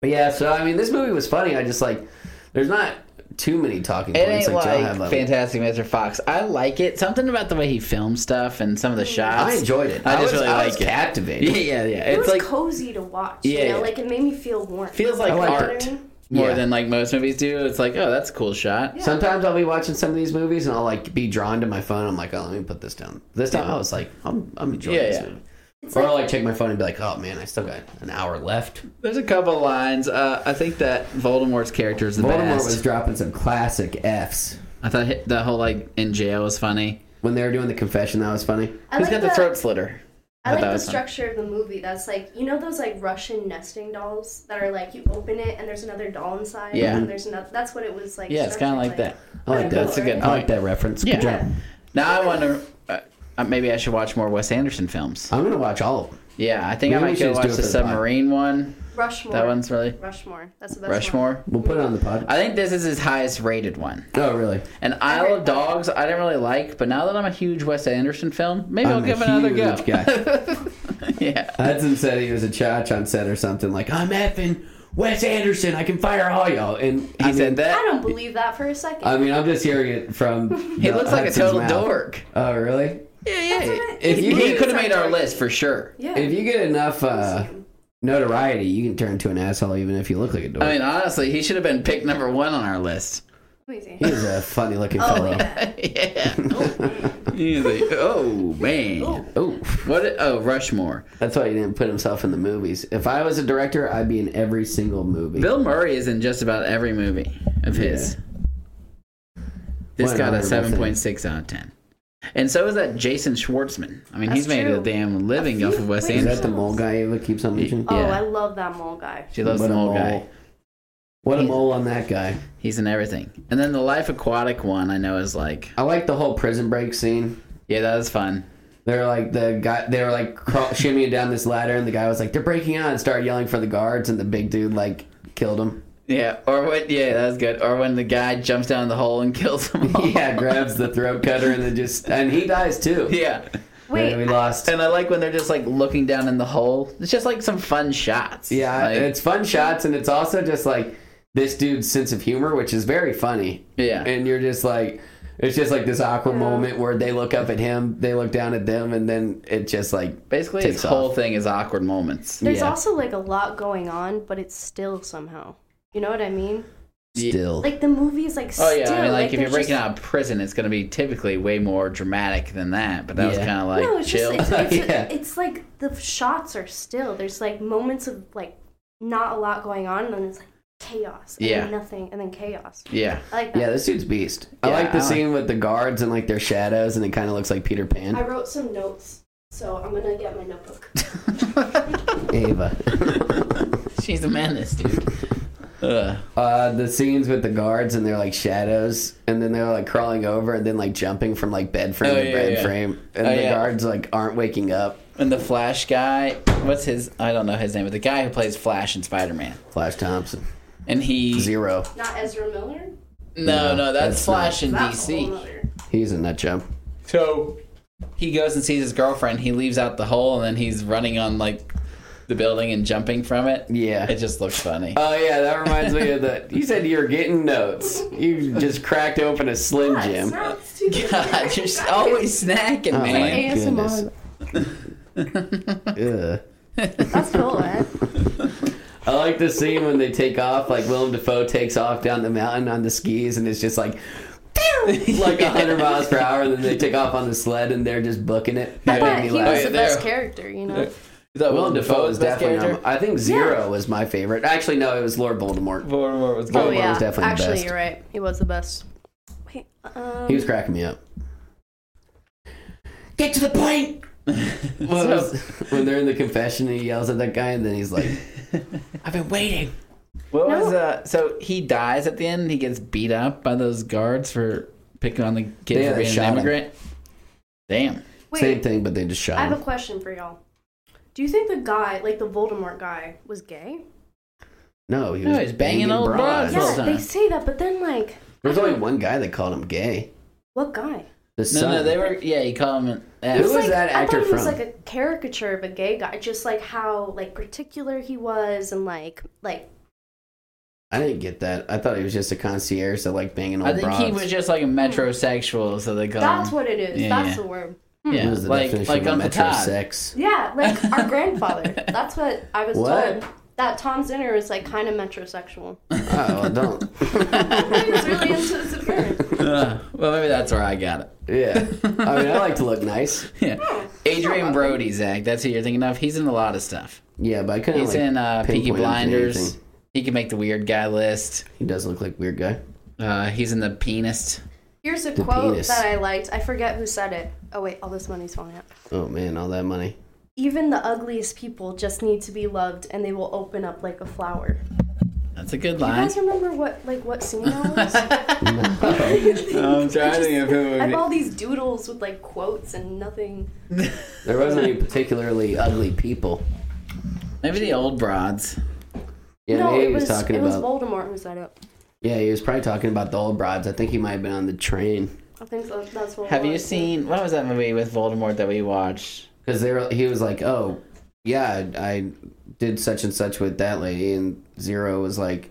S1: But yeah, so I mean, this movie was funny. I just like, there's not too many talking
S3: It
S1: points
S3: ain't
S1: like,
S3: like,
S1: y'all have. Like,
S3: Fantastic Mr. Fox. I like it. Something about the way he films stuff and some of the shots.
S1: I enjoyed it.
S3: I,
S1: was-
S3: just really
S1: I
S3: like
S1: was
S3: it.
S1: Captivated.
S3: Yeah, yeah, yeah.
S2: It
S3: It's
S2: was
S3: like
S2: cozy to watch.
S3: Yeah,
S2: you know?
S3: yeah.
S2: like it made me feel warm.
S3: feels like
S1: I liked
S3: art
S2: it.
S3: more
S1: Yeah.
S3: than like most movies do. It's like, oh, that's a cool shot.
S1: Sometimes I'll be watching some of these movies and I'll like be drawn to my phone. I'm like, oh, let me put this down. This time I was like, I'm, I'm enjoying
S3: Yeah,
S1: this
S3: yeah.
S1: movie.
S2: It's
S1: Or I'll
S2: like,
S1: like check my phone and be like, oh man, I still got an hour left.
S3: There's a couple lines. Uh, I think that Voldemort's character is the
S1: Baltimore
S3: best.
S1: was dropping some classic Fs
S3: I thought hi- the whole like in jail was funny.
S1: when they were doing the confession. That was funny.
S2: I
S3: He's
S2: like
S3: got the, throat slitter.
S2: I
S3: thought
S2: like
S3: that
S2: the
S3: was fun.
S2: structure of the movie. That's like you know those like Russian nesting dolls that are like you open it and there's another doll inside.
S3: Yeah.
S2: And then there's another. That's what it was like.
S3: Yeah, it's kind of like that.
S1: I like that.
S2: That's a good
S1: I like
S3: point.
S1: that reference.
S3: Yeah.
S1: Good job.
S3: Now I wonder. Uh, uh, maybe I should watch more Wes Anderson films.
S1: I'm gonna watch all of them.
S3: Yeah, I think
S1: Maybe
S3: I
S1: we
S3: might
S1: should
S3: go
S1: just do
S3: watch
S1: it for
S3: the
S1: the pod.
S3: submarine one.
S2: Rushmore.
S3: That one's really
S2: Rushmore. That's the best. One.
S3: Rushmore.
S1: We'll put it on the pod.
S3: I think this is his highest rated one.
S1: Oh, really?
S3: And Isle of Dogs, I didn't really like, but now that I'm a huge Wes Anderson film, maybe i will
S1: a
S3: give it another go.
S1: huge guy.
S3: yeah.
S1: Hudson said he was a chach on set or something like, I'm effing Wes Anderson. I can fire all y'all. And he
S3: He said that.
S2: I don't believe that for a second.
S3: Um,
S1: I mean, I'm just hearing it from.
S3: He looks like a total dork.
S1: Oh, really?
S3: Yeah, yeah.
S2: what I-
S3: If
S1: his
S3: you, he
S1: movies
S3: could have
S2: are
S3: made our
S2: dorky.
S3: list for sure.
S2: yeah.
S1: If you get enough uh,
S2: him.
S1: notoriety, you can turn into an asshole even if you look like a dork.
S3: I mean, honestly, he should have been picked number one on our list.
S2: Let me see.
S1: He's a funny looking
S2: Oh
S1: fellow.
S2: yeah.
S3: yeah.
S2: Oh.
S3: He's like, oh man.
S1: Ooh.
S3: What? a- Oh, Rushmore.
S1: That's why he didn't put himself in the movies. If I was a director, I'd be in every single movie.
S3: Bill Murray is in just about every movie of his. This
S1: What
S3: got a
S1: an honorable
S3: seven point six out of ten, and so is that Jason Schwartzman. I mean, he's
S2: That's
S3: made a
S2: true.
S3: damn living
S2: A
S3: off
S2: few-
S3: of Wes
S2: wait,
S1: Is
S3: Anderson.
S1: that the mole guy Ava keeps on mentioning?
S2: Oh,
S3: yeah.
S2: I love that mole guy.
S3: She loves
S1: What
S3: the
S1: a
S3: mole
S1: mole.
S3: guy.
S1: What a
S3: He's-
S1: mole on that guy.
S3: He's in everything. And then the Life Aquatic one, I know, is like,
S1: I like the whole prison break scene.
S3: yeah, that was fun.
S1: They're like the guy. They were like crawl, shimmying down this ladder, and the guy was like, "They're breaking out!" and started yelling for the guards, and the big dude like killed him.
S3: Yeah, or when, yeah, that was good. Or when the guy jumps down the hole and kills them all.
S1: Yeah, grabs the throat cutter and then just and he dies too.
S3: yeah.
S1: Yeah, we
S2: Wait,
S1: lost.
S3: And I like when they're just like looking down in the hole. It's just like some fun shots.
S1: Yeah,
S3: Like,
S1: it's fun shots, and it's also just like this dude's sense of humor, which is very funny.
S3: Yeah.
S1: and you're just like, it's just like this awkward moment where they look up at him, they look down at them, and then it just like
S3: basically his
S1: Takes
S3: whole thing is awkward moments.
S2: there's
S1: yeah.
S2: also like a lot going on, but it's still somehow. You know what I mean?
S1: still.
S2: Like the movie is like.
S3: Oh yeah,
S2: still,
S3: I mean, like, if you're
S2: there's
S3: breaking
S2: just-
S3: out of prison, it's gonna be typically way more dramatic than that. But that was
S1: Yeah.
S3: kind of like
S2: no, it's
S3: chill.
S2: just it's, it's,
S1: Yeah.
S2: it's like the shots are still. There's like moments of like not a lot going on, and then it's like chaos. And
S3: Yeah.
S2: then nothing, and then chaos.
S3: Yeah.
S2: I like that.
S1: Yeah, this dude's beast. I
S3: Yeah,
S1: like the
S3: I like-
S1: scene with the guards and like their shadows, and it kind of looks like Peter Pan.
S2: I wrote some notes, so I'm gonna get my notebook.
S1: Ava.
S3: She's a menace, dude. Ugh.
S1: uh, the scenes with the guards and they're like shadows, and then they're like crawling over and then like jumping from like bed frame
S3: Oh,
S1: to
S3: yeah,
S1: bed
S3: yeah.
S1: frame, and
S3: Oh,
S1: the
S3: yeah.
S1: guards like aren't waking up.
S3: And the Flash guy, what's his? I don't know his name, but the guy who plays Flash in Spider Man,
S1: Flash Thompson,
S3: and he
S1: zero.
S2: Not Ezra Miller.
S3: no, no, that's,
S1: that's
S3: Flash in
S2: That's a whole
S3: DC.
S2: nother-
S1: He's a nut job.
S3: So he goes and sees his girlfriend. He leaves out the hole, and then he's running on like the building and jumping from it.
S1: Yeah.
S3: it just looks funny.
S1: Oh yeah, that reminds me of the. You said you were getting notes. You just cracked open a Slim
S2: That's
S1: Jim.
S2: not stupid.
S3: God, you're s- always snacking,
S1: Oh,
S3: man.
S1: my goodness. Ugh.
S2: That's cool, eh?
S1: I like the scene when they take off, like Willem Dafoe takes off down the mountain on the skis, and it's just like, like a hundred miles per hour. And then they take off on the sled, and they're just booking it.
S2: I
S1: That
S2: thought
S1: made me
S2: he
S1: laugh.
S2: was
S3: yeah,
S2: the best
S3: there.
S2: character, you know.
S3: That
S1: Willem Dafoe is definitely. On, I think Zero
S2: Yeah.
S1: was my favorite. Actually, no, it was Lord Voldemort.
S3: Voldemort was
S2: Oh
S1: Voldemort
S2: yeah,
S1: was definitely the
S2: actually,
S1: best.
S2: you're right. He was the best. Wait, um,
S1: He was cracking me up. Get to the point. What was- when they're in the confession, he yells at that guy, and then he's like, "I've been waiting."
S3: What
S2: No.
S3: was uh? So he dies at the end. He gets beat up by those guards for picking on the kid
S1: Yeah,
S3: for
S1: they
S3: being
S1: shot
S3: an
S1: him.
S3: immigrant. Damn.
S2: wait,
S1: Same thing, but they just shot
S2: I have
S1: him.
S2: a question for y'all. Do you think the guy, like the Voldemort guy, was gay?
S1: no, he
S3: No,
S1: was
S3: he's banging old
S1: broads.
S3: broads. That's
S2: Yeah,
S3: all the
S2: they
S3: time.
S2: say that, but then like,
S1: There was only one guy that called him gay.
S2: what guy?
S1: The
S3: No,
S1: son.
S3: no, they were. Yeah, he called him an
S1: Who
S3: F.
S1: was
S2: like,
S1: that actor
S2: I thought he was
S1: from?
S2: like a caricature of a gay guy, just like how like particular he was and like like
S1: I didn't get that. I thought he was just a concierge that liked banging old
S3: I think he
S1: broads.
S3: was just like a metrosexual, so they called
S2: that's
S3: him.
S2: what it is.
S3: yeah,
S2: that's
S3: yeah.
S2: the word.
S1: What
S3: yeah,
S1: was the
S3: like
S1: definition
S3: like
S1: of
S3: Uncle
S1: metro
S3: Todd.
S1: sex.
S2: Yeah, like our grandfather. That's what I was
S1: What?
S2: told. That Tom Zinner was like kind of metrosexual.
S1: Oh, well, don't.
S2: he was really into this appearance.
S3: Uh, well, maybe that's where I got it.
S1: Yeah. I mean, I like to look nice.
S2: Hmm.
S3: Yeah. Adrian Brody, Zach. That's who you're thinking of. He's in a lot of stuff.
S1: Yeah, but I couldn't.
S3: He's
S1: like,
S3: in uh,
S1: pinpoint
S3: Peaky
S1: him to
S3: Blinders.
S1: anything.
S3: He can make the weird guy list.
S1: He does look like weird guy.
S3: Uh, he's in the Penist.
S2: Here's a
S1: The
S2: quote
S1: penis.
S2: that I liked. I forget who said it. Oh wait, all this money's falling out.
S1: Oh man, all that money.
S2: Even the ugliest people just need to be loved, and they will open up like a flower.
S3: That's a good
S2: You
S3: line.
S2: guys remember what like what scene that was?
S3: I'm trying to think of who.
S2: I have all these doodles with like quotes and nothing.
S1: There wasn't any particularly ugly people.
S3: Maybe the old broads.
S1: Yeah,
S2: no,
S1: maybe
S2: it
S1: he
S2: was
S1: was talking
S2: it was
S1: about.
S2: Voldemort who said it.
S1: yeah, he was probably talking about the old broads. I think he might have been on the train
S2: I think so, that's what. it
S3: Have you
S2: was.
S3: seen what was that movie with Voldemort that we watched?
S1: because they were. He was like, "Oh, yeah, I, I did such and such with that lady," and Zero was like,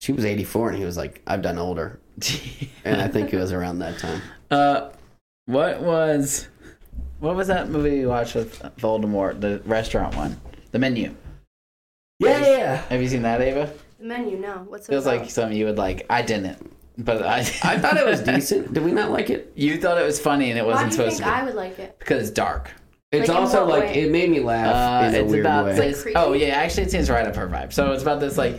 S1: "She was 84," and he was like, "I've done older," and I think it was around that time.
S3: uh, what was what was that movie we watched with Voldemort? The restaurant one, the menu.
S1: Yeah, yeah.
S3: Have you seen that, Ava?
S2: the menu? No, what's it
S3: Feels
S2: about?
S3: like something you would like. I didn't, but I
S1: I thought it was decent. Did we not like it?
S3: you thought it was funny and it
S2: Why
S3: wasn't
S2: do you
S3: supposed
S2: think
S3: to be
S2: I would like it?
S3: because it's dark.
S1: It's
S2: Like, in
S1: also
S2: what
S1: like
S2: way?
S1: it made me laugh
S3: Uh,
S1: in a
S3: it's
S1: weird
S3: about
S1: way.
S3: this.
S2: creepy?
S3: Oh yeah, actually, it seems right up her vibe. So it's about this like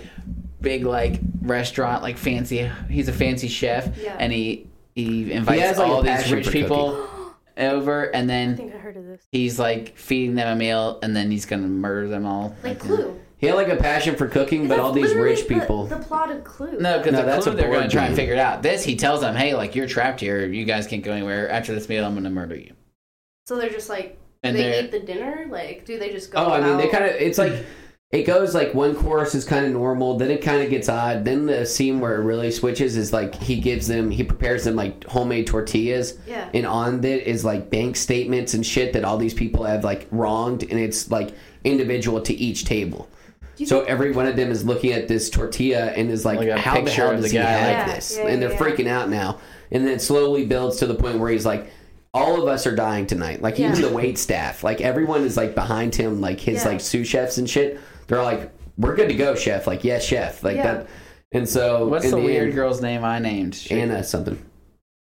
S3: big like restaurant, like fancy. He's a fancy chef,
S2: Yeah.
S3: and he he invites
S1: He has, like, a
S3: all these
S1: passion
S3: rich
S1: for cooking.
S3: people over, and
S2: I
S3: then
S2: think I heard of this.
S3: he's like feeding them a meal, and then he's gonna murder them all.
S2: Like Clue.
S1: he had like a passion for cooking, Mm-hmm. but
S2: That's
S1: all these
S2: literally
S1: rich
S2: the-
S1: people.
S2: The, plot of Clue.
S3: No, because
S1: No,
S3: the
S1: that's
S3: clue
S1: a
S3: they're
S1: board
S3: gonna try and
S1: game.
S3: figure it out. This he tells them, "Hey, like you're trapped here. You guys can't go anywhere. After this meal, I'm gonna murder you."
S2: So they're just like.
S3: And
S2: they
S3: they're-
S2: eat the dinner? Like, do they just go?
S1: oh, I mean, they
S2: out?
S1: kind of. It's like it goes like one course is kind of normal, then it kind of gets odd. Then the scene where it really switches is like he gives them, he prepares them like homemade tortillas.
S2: Yeah.
S1: And on it is like bank statements and shit that all these people have like wronged, and it's like individual to each table.
S2: Do you
S1: So
S2: think-
S1: every one of them is looking at this tortilla and is like,
S3: Like a
S1: "How the
S3: picture
S1: hell
S3: of
S1: does
S3: the
S1: he
S3: guy,
S1: have
S2: like- Yeah,
S1: this?"
S2: yeah,
S1: and they're
S2: yeah.
S1: freaking out now. And then it slowly builds to the point where he's like, "All of us are dying tonight." Like even
S2: Yeah.
S1: the wait staff, like everyone is like behind him, like his
S2: Yeah.
S1: like sous chefs and shit. They're all like, "We're good to go, chef." Like, "Yes, chef." Like
S2: Yeah.
S1: that. And so,
S3: What's
S1: Oh, in
S3: the weird
S1: end,
S3: girl's name I named? Shit.
S1: Anna something.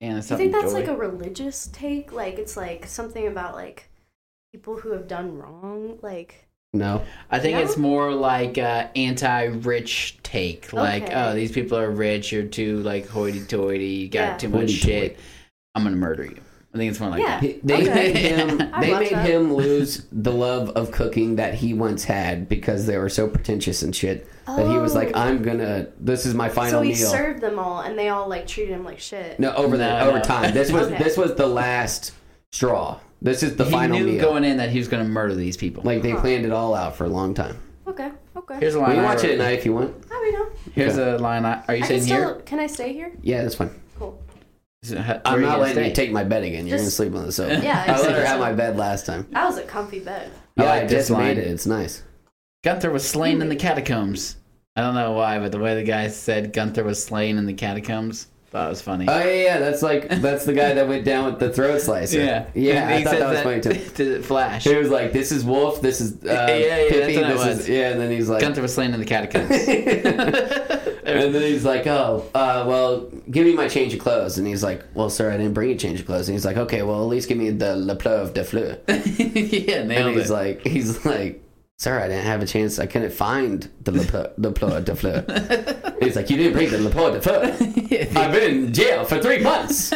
S3: Anna
S2: do you
S3: something.
S2: think that's
S3: Joy.
S2: like a religious take? Like, it's like something about like people who have done wrong. Like,
S1: No.
S3: I think
S2: No?
S3: it's more like uh, anti-rich take. Like,
S2: Okay.
S3: oh, these people are rich. You're too like hoity-toity. You got
S2: Yeah.
S3: too much
S1: Hoity-toity.
S3: shit. I'm gonna murder you. I think it's more like
S2: Yeah.
S3: that.
S1: He- They
S2: Okay.
S1: made him.
S2: I'd
S1: They
S2: watch
S1: made
S2: that.
S1: him lose the love of cooking that he once had because they were so pretentious and shit. That he was like,
S2: Oh.
S1: "I'm gonna. This is my final
S2: So he
S1: meal."
S2: served them all, and they all like treated him like shit.
S1: no, over that,
S3: No,
S1: over
S3: no.
S1: time. This was
S2: Okay.
S1: this was the last straw. This is the
S3: He
S1: final
S3: knew
S1: meal.
S3: going in that he was gonna murder these people.
S1: like they planned it all out for a long time.
S2: Okay. Okay.
S3: here's a
S1: We
S3: line.
S1: can
S3: I
S1: watch it
S3: wrote.
S1: at night if you want.
S2: I mean, no.
S3: Here's a line. I, are you
S2: I can
S3: sitting
S2: still.
S3: here?
S2: Can I stay here?
S1: Yeah, that's fine.
S2: Cool.
S3: Is it- where are
S1: I'm
S3: you
S1: not
S3: gonna
S1: letting you
S3: stay?
S1: take my bed again. You're gonna
S2: Just-
S1: sleep on the sofa.
S2: Yeah,
S1: I let her
S2: exactly.
S1: have my bed last time.
S2: That was a comfy bed.
S3: I
S1: Yeah, I,
S3: like this
S1: just made
S3: line.
S1: it. It's nice.
S3: Gunther was slain in the catacombs. I don't know why, but the way the guy said Gunther was slain in the catacombs, thought it was funny.
S1: Oh yeah, yeah, that's like that's the guy that went down with the throat slicer.
S3: yeah,
S1: yeah.
S3: And
S1: I
S3: he
S1: thought
S3: said
S1: that was funny too.
S3: to Flash.
S1: He was like, "This is Wolf. This is uh,
S3: Yeah, yeah, that's
S1: Pippi,
S3: what it
S1: This is
S3: was.
S1: yeah." And then he's like,
S3: Gunther was slain in the catacombs.
S1: and then he's like, "Oh, uh, well, give me my change of clothes." And he's like, "Well, sir, I didn't bring you change of clothes." And he's like, "Okay, well, at least give me the Le Pleuve de Fleur."
S3: yeah, nailed
S1: And he's
S3: it.
S1: like, "He's like, sir, I didn't have a chance. I couldn't find the Le, Pleu- Le Pleuve de Fleur." he's like, "You didn't bring the Le Pleuve de Fleur. I've been in jail for three months."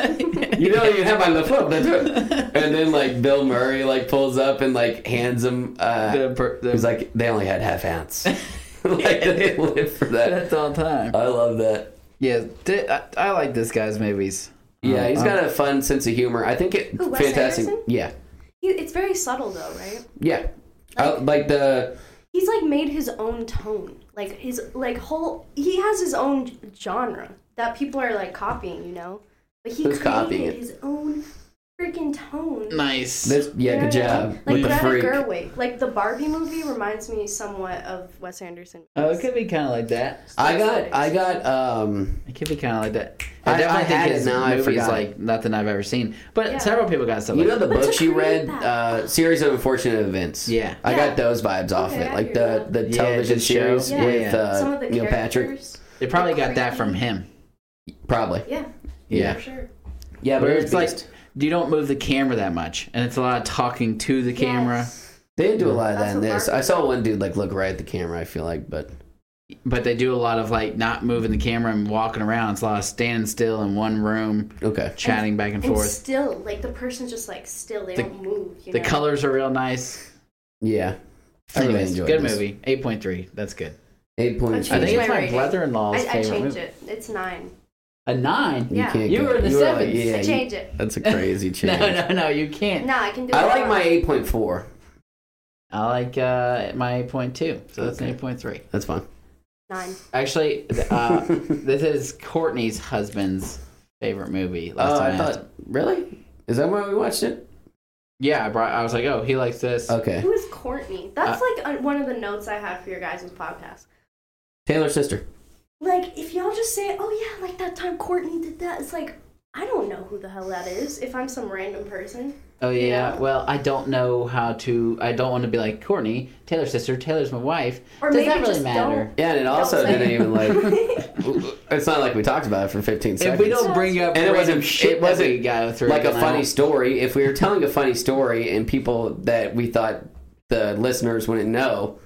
S1: you know you have my left foot that's it. and then like bill murray like pulls up and like hands him uh
S3: The per- the-
S1: he's like they only had half ounce like they live for that
S3: That's all time.
S1: i love that
S3: yeah, th- I, I like this guy's movies.
S1: yeah
S3: Um,
S1: he's
S3: um,
S1: got a fun sense of humor i think it
S2: Who, Wes
S1: fantastic
S2: Anderson?
S1: yeah
S2: He, it's very subtle though, right?
S1: yeah I, like the
S2: He's like made his own tone, like his like whole. He has his own g- genre that people are like copying, you know. But he
S1: Who's
S2: created
S1: copying it?
S2: his own freaking tone.
S3: Nice.
S1: this yeah good
S2: You know what I
S1: job
S2: mean? Like
S1: with the
S2: Greta
S1: freak
S2: Gerwig, like the Barbie movie reminds me somewhat of Wes Anderson.
S3: oh, it could be kind of like that.
S1: i got i got um
S3: It could be kind of like that.
S1: I- I had it, now I
S3: movies
S1: forgot.
S3: like nothing I've ever seen, but
S2: Yeah.
S3: several people got stuff.
S1: you know
S3: like
S1: the
S2: But to
S1: books you
S2: create
S1: read
S2: that-
S1: uh series of unfortunate events
S3: Yeah.
S1: i
S2: Yeah.
S1: got those vibes off of
S2: Okay,
S1: it
S2: I
S1: like
S2: hear
S1: the
S2: that.
S1: the
S3: Yeah,
S1: television
S3: the show.
S1: series
S2: Yeah.
S1: with
S3: Yeah.
S2: Some of
S1: uh
S2: the
S1: neil patrick
S2: characters,
S3: They probably got that
S2: creepy.
S3: from him.
S1: probably
S2: Yeah,
S3: Yeah.
S2: for sure.
S1: Yeah,
S3: Where
S1: but
S3: it's like you don't move the camera that much, and it's a lot of talking to the camera.
S2: Yes.
S1: they didn't do a lot of that
S2: That's
S1: in
S2: what
S1: this.
S2: Mark-
S1: I saw one dude like look right at the camera. I feel like, but
S3: But they do a lot of like not moving the camera and walking around. It's a lot of standing still in one room,
S1: okay,
S3: chatting back and
S2: And
S3: forth.
S2: still, like the person's just like still, they
S3: The-
S2: don't move. You
S3: The
S2: know?
S3: colors are real nice.
S1: yeah, I really
S3: Anyways,
S1: enjoyed
S3: good
S1: this.
S3: movie. Eight point three. That's good.
S1: Eight point two.
S2: I
S3: I think
S2: changed
S3: it's
S2: my
S3: my
S2: rating.
S3: brother-in-law's
S2: I, I
S3: favorite
S2: changed
S3: movie.
S2: it. It's nine.
S3: A nine.
S2: Yeah.
S1: can't
S3: You
S1: go-
S3: were in the
S1: you
S3: sevens.
S1: yeah,
S2: I
S1: you-
S2: change it.
S1: That's a crazy change.
S3: No, no, no. You can't.
S2: No, I can do it.
S1: I like
S2: more.
S1: my eight point four.
S3: I like uh, my eight point two. So that's
S1: Okay.
S3: an eight point three.
S1: That's fine.
S2: nine.
S3: Actually, th- uh, this is Courtney's husband's favorite movie. Last
S1: Oh,
S3: time
S1: I
S3: asked
S1: thought
S3: him.
S1: really is that why we watched it?
S3: Yeah, I brought. I was like, oh, he likes this.
S1: Okay,
S2: Who is Courtney? That's like uh, one of the notes I had for your guys' podcast.
S1: Taylor's sister.
S2: Like, if y'all just say, "Oh yeah, like that time Courtney did that," it's like I don't know who the hell that is. If I'm some random person,
S3: Oh yeah.
S2: Yeah.
S3: Well, I don't know how to. I don't want to be like Courtney, Taylor's sister. Taylor's my wife.
S2: or
S3: Does
S2: maybe
S3: that really
S2: just
S3: matter?
S1: Yeah, and it also
S2: say
S1: didn't
S2: it.
S1: even like.
S2: don't.
S1: It's not like we talked about it for fifteen seconds.
S3: If we don't bring up
S1: And it
S3: random
S1: wasn't-
S3: shit,
S1: it wasn't
S3: that we go through,
S1: like a
S3: then I
S1: funny
S3: won't-
S1: story, if we were telling a funny story and people that we thought the listeners wouldn't know,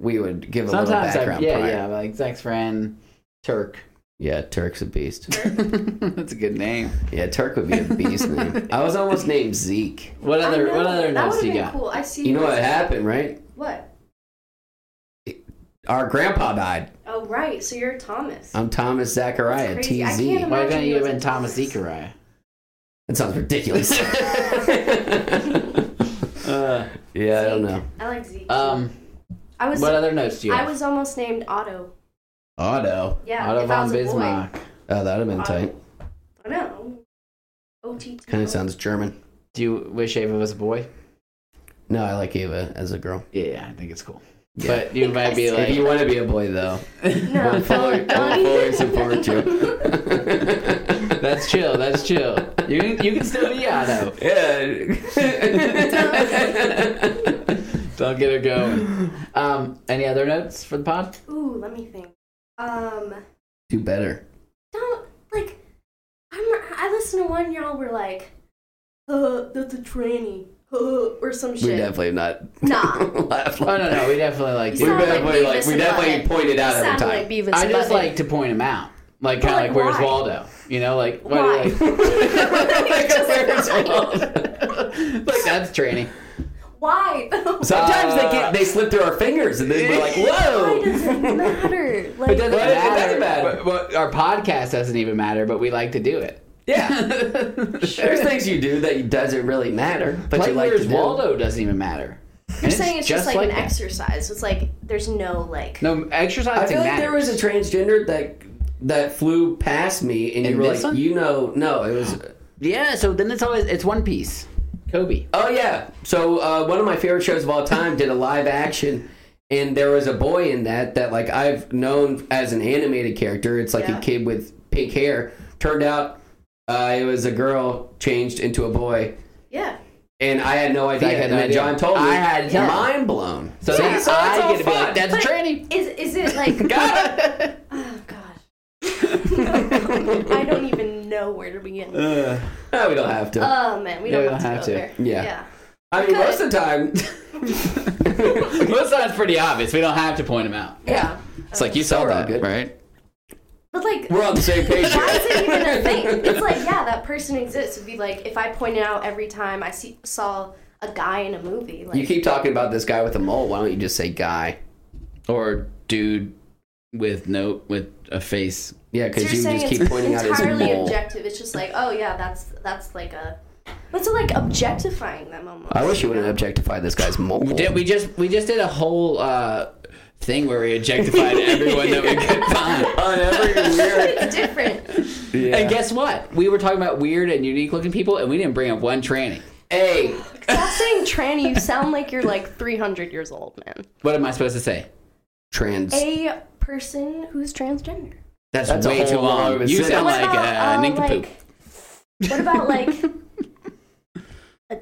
S1: we would give a little
S3: Sometimes, I,
S1: background.
S3: yeah,
S1: prior.
S3: yeah, like Zach's friend Turk.
S1: Yeah, Turk's a beast.
S3: That's a good name.
S1: Yeah, Turk would be a beast name. I was almost named Zeke.
S3: What
S2: I
S3: other
S2: know,
S3: What other
S2: that
S3: notes
S2: would've
S3: do you
S2: been
S3: got?
S2: Cool. I see.
S1: You know
S2: what-
S1: what happened, right?
S2: What?
S1: Our grandpa died.
S2: Oh right, so you're Thomas.
S3: Uh,
S1: I'm Thomas Zachariah,
S2: That's crazy. I
S1: TZ.
S2: can't-
S3: Why
S2: Imagine
S3: couldn't
S2: he
S3: you have
S2: was
S3: been
S2: a
S3: Thomas
S2: Thomas.
S3: Zechariah?
S1: That sounds ridiculous. Uh, yeah, I don't
S2: Zeke.
S1: know.
S2: I like Zeke.
S3: Um,
S2: I was.
S3: what other notes do you
S2: I
S3: have?
S2: was almost named Otto.
S1: Auto.
S2: Yeah,
S3: Otto
S2: if I
S3: von
S2: was a boy.
S3: Bismarck.
S1: Oh, that would have been tight.
S2: Otto. I know. OT.
S1: Kind of sounds German.
S3: Do you wish Ava was a boy?
S1: No, I like Ava as a girl.
S3: Yeah, I think it's cool.
S1: Yeah.
S3: But you might be
S1: if
S3: like,
S1: you want to be a boy, though,
S2: No,
S1: we'll fully,
S2: don't-
S1: we'll fully support you.
S3: that's chill, that's chill. You can, you can still be Otto.
S1: Yeah.
S3: Don't get her going. Um, any other notes for the pod?
S2: Ooh, let me think. Um,
S1: Do better.
S2: don't like. I'm. I listened to one y'all were like, "Uh, that's a tranny." or some
S1: We
S2: shit.
S1: definitely have not
S2: Nah.
S1: laughed.
S3: Oh no, no, we definitely like.
S1: We
S2: You sound like
S1: definitely like,
S2: Beavis
S1: we
S2: and
S1: definitely
S2: Butthead.
S1: pointed out
S2: You
S1: every
S2: sound
S1: time.
S2: like Beavis
S3: I
S2: and
S3: just
S2: Butthead.
S3: like to point him out, like kind of like,
S2: like,
S3: where's
S2: why?
S3: Waldo? You know, like why?
S2: Why?
S3: do
S1: Where's Waldo?
S3: they- like that's tranny.
S2: Why?
S1: Sometimes they get they slip through our fingers and then we're like,
S2: Why
S1: whoa.
S2: does it matter?
S1: doesn't
S2: Like,
S1: But it doesn't matter.
S3: But- but our podcast doesn't even matter, but we like to do it.
S1: Yeah, there's things you do that doesn't really matter, but
S3: like,
S1: you like
S3: where's
S1: to do.
S3: Waldo doesn't even matter.
S2: You're saying it's just, like, an
S3: that.
S2: exercise. It's like there's no like.
S3: No, exercise
S1: I
S3: doesn't
S1: feel like
S3: matter.
S1: there was a transgender that that flew past me, and you
S3: In
S1: were like,
S3: this one?
S1: you know, no, it was.
S3: yeah, so then it's always it's One Piece. Kobe.
S1: Oh yeah. So uh, one of my favorite shows of all time did a live action, and there was a boy in that that like I've known as an animated character. It's like
S2: Yeah.
S1: a kid with pink hair. Turned out uh, it was a girl changed into a boy,
S2: Yeah.
S1: and I had no idea.
S3: I had
S1: and
S3: no
S1: then
S3: idea.
S1: John told me.
S3: I had to tell him.
S1: mind blown. So,
S3: So
S1: then
S3: then
S1: so
S3: I
S1: I
S3: get to be
S1: fun.
S3: like, that's a
S2: But-
S3: tranny.
S2: Is is it like?
S1: Got it.
S2: oh gosh. I don't even know where to begin.
S1: No, we don't have
S3: Uh,
S1: to.
S2: oh man, we don't,
S3: we
S2: have, to.
S3: don't
S2: go
S3: have
S2: there.
S1: Yeah.
S2: Yeah.
S1: I mean,
S2: good.
S1: most of the time,
S3: Most of it's pretty obvious. We don't have to point him out.
S2: Yeah.
S3: It's like you saw
S1: We're all
S3: that,
S1: good.
S3: right?
S2: But like,
S1: we're on the same page.
S2: why
S1: Here.
S2: is it even a thing? It's like, yeah, that person exists. It'd be like if I pointed out every time I see, saw a guy in a movie. Like,
S1: You keep talking about this guy with a mole. Why don't you just say guy?
S3: Or dude with no with a face.
S1: Yeah,
S2: So
S1: because
S2: you're
S1: you
S2: saying
S1: just keep
S2: it's
S1: pointing out his
S2: entirely
S1: mole.
S2: objective. It's just like, oh yeah, that's that's like a that's like objectifying them almost.
S1: I wish you wouldn't objectify this guy's mole.
S3: We did we just we just did a whole uh thing where we objectified everyone that we could find.
S1: on every weird.
S2: it's different.
S3: And guess what? We were talking about weird and unique looking people and we didn't bring up one tranny.
S1: Hey,
S2: Stop saying tranny. You sound like you're like 300 years old, man.
S3: What am I supposed to say?
S1: trans.
S2: A person who's transgender.
S3: That's,
S1: That's a
S3: way
S1: whole
S3: too
S1: lot of
S3: long. You
S1: sentence.
S3: sound
S2: What
S3: like a
S2: about, uh,
S3: nincompoop.
S2: like, what about like a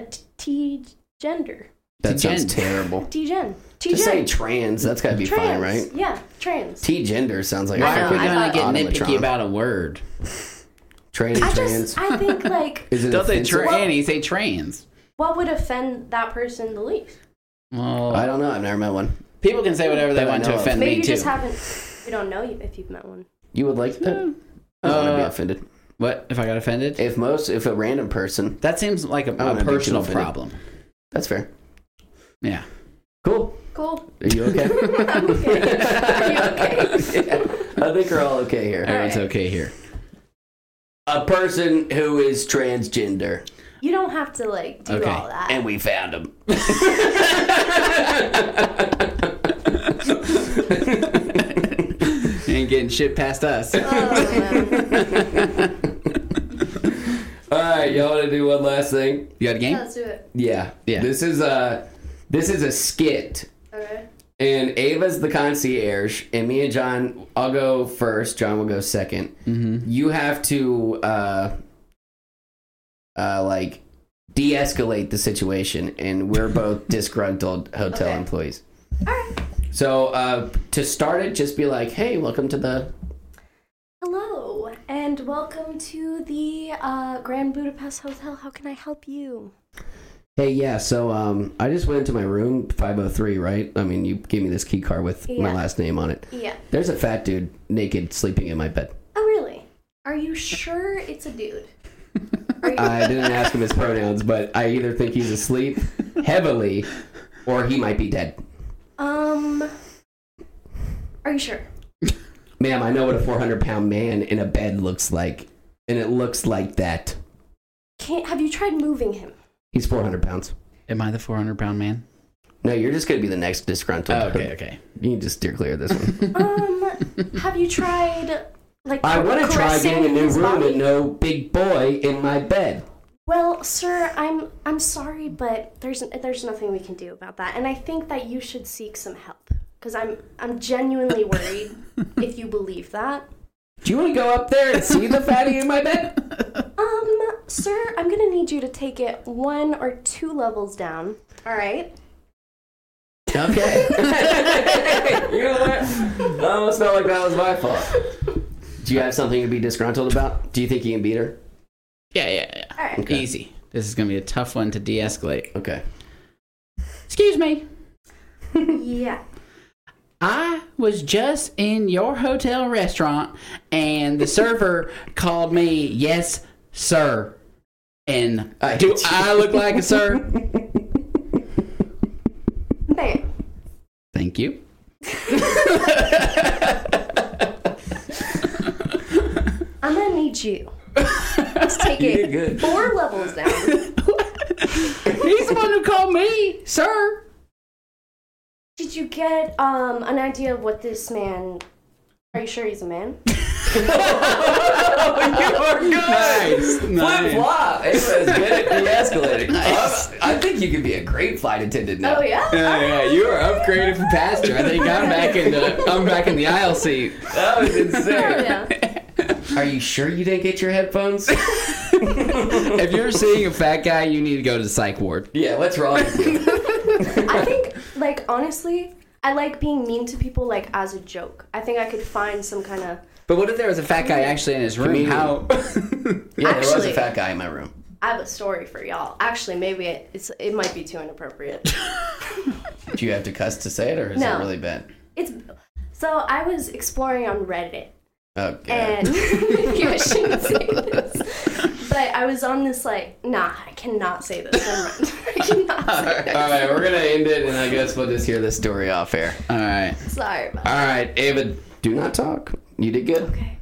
S2: a t gender?
S1: that sounds
S3: T-gen.
S1: terrible.
S2: T gen. T
S1: Just say
S2: gen.
S1: trans. That's gotta be fine, right?
S2: Yeah, trans.
S1: T gender sounds like a
S2: I know,
S3: Why are we
S1: freaking
S2: I
S3: gonna get
S2: thought-
S3: nitpicky
S1: automatron.
S3: about a word?
S1: trans.
S2: I
S1: trans.
S2: just I think like
S1: Is it
S3: Don't say
S1: offensive?
S3: tranny, say trans.
S2: what would offend that person the least?
S3: Well,
S1: I don't know. I've never met one.
S3: Uh, people can say whatever they
S1: That I
S3: want to
S1: know of.
S3: offend
S2: Maybe
S3: me
S2: you
S3: too.
S2: just haven't. We don't know you if you've met one.
S1: You would like that? I don't want to be
S3: Uh,
S1: offended.
S3: What if I got offended?
S1: If most, if a random person,
S3: That seems like a,
S1: wanna
S3: a
S1: be
S3: personal
S1: offended.
S3: problem.
S1: that's fair.
S3: Yeah.
S1: Cool.
S2: Cool.
S1: Are you okay?
S2: I'm okay. Are you okay?
S1: I think we're all okay here.
S3: Everyone's okay here.
S1: A person who is transgender,
S2: You don't have to like do
S3: Okay.
S2: all that.
S1: and we found him.
S3: Ain't getting shit past us.
S2: Oh, man.
S1: All right, y'all want to do one last thing?
S3: You got a game?
S2: Let's do it.
S1: Yeah.
S3: Yeah.
S1: This is a this is a skit.
S2: Okay.
S1: And Ava's the concierge, and me and John, I'll go first. John will go 2nd Mm-hmm. You have to, uh, uh, like, de-escalate the situation, and we're both disgruntled hotel
S2: Okay.
S1: employees.
S2: All right.
S1: So uh, to start it, just be like, "Hey, welcome to the."
S2: Hello, and welcome to the uh, Grand Budapest Hotel. How can I help you?
S1: Hey, yeah. So um, I just went into my room, five hundred three, right? I mean, you gave me this key card with my
S2: Yeah.
S1: last name on it.
S2: Yeah.
S1: There's a fat dude naked sleeping in my bed.
S2: Oh, really? Are you sure it's a dude? Are you,
S1: I didn't ask him his pronouns, but I either think he's asleep heavily or he might be dead.
S2: um, are you sure?
S1: Ma'am, I know what a 400 pound man in a bed looks like, and it looks like that.
S2: Can't have you tried moving him?
S1: He's 400 pounds.
S3: Am I the 400 pound man?
S1: No, you're just going to be the next disgruntled.
S3: Oh, okay, okay.
S1: You can just steer clear of this one.
S2: Um, have you tried like
S1: I want to try
S2: caressing
S1: getting a new
S2: his
S1: room
S2: body?
S1: and no big boy in my bed.
S2: Well, sir, I'm I'm sorry, but there's there's nothing we can do about that, and I think that you should seek some help because I'm I'm genuinely worried if you believe that.
S1: Do you want to go up there and see the fatty in my bed?
S2: Um, sir, I'm gonna need you to take it one or two levels down. All right.
S1: Okay. you know what? I almost felt like that was my fault. Do you have something to be disgruntled about? Do you think you can beat her?
S3: Yeah, yeah, yeah.
S2: All right.
S3: Easy. This is going to be a tough one to de escalate.
S1: Okay.
S3: Excuse me.
S2: Yeah.
S3: I was just in your hotel restaurant and the server called me, yes, sir. And
S1: I
S3: do
S1: hate you.
S3: I look like a sir?
S2: Bam.
S3: Thank you.
S2: I'm gonna need you. Let's take
S1: You
S2: it
S1: did good.
S2: four levels down.
S3: He's the one who called me, sir.
S2: Did you get um an idea of what this man? Are you sure he's a man?
S3: Nice.
S1: Flip
S3: nice.
S1: flop. It was good at de-escalating. Uh, I think you could be a great flight attendant now.
S2: Oh yeah.
S3: Yeah, yeah, you are upgraded from pastor. I think I'm back in the I'm back in the aisle seat.
S1: That was
S2: Oh,
S1: insane.
S2: yeah.
S1: Are you sure you didn't get your headphones?
S3: If you're seeing a fat guy, you need to go to the psych ward.
S1: yeah. What's wrong? With you?
S2: I think, like, honestly, I like being mean to people, like, as a joke. I think I could find some kind of.
S3: But what if there was a fat guy actually in his room?
S1: Comedian.
S3: How?
S1: Yeah, there was a
S2: Actually-
S1: fat guy in my room.
S2: I have a story for y'all. Actually, maybe it, it's it might be too inappropriate.
S1: Do you have to cuss to say it, or is
S2: No.
S1: it really bad?
S2: It's so I was exploring on Reddit
S1: Oh god.
S2: and maybe I shouldn't say this, but I was on this like, nah, I cannot say this. Never mind. I cannot say this.
S1: All right, we're gonna end it, and I guess we'll just hear this story off air.
S3: All right.
S2: Sorry about.
S1: All right, Ava, do not talk. You did good.
S2: Okay.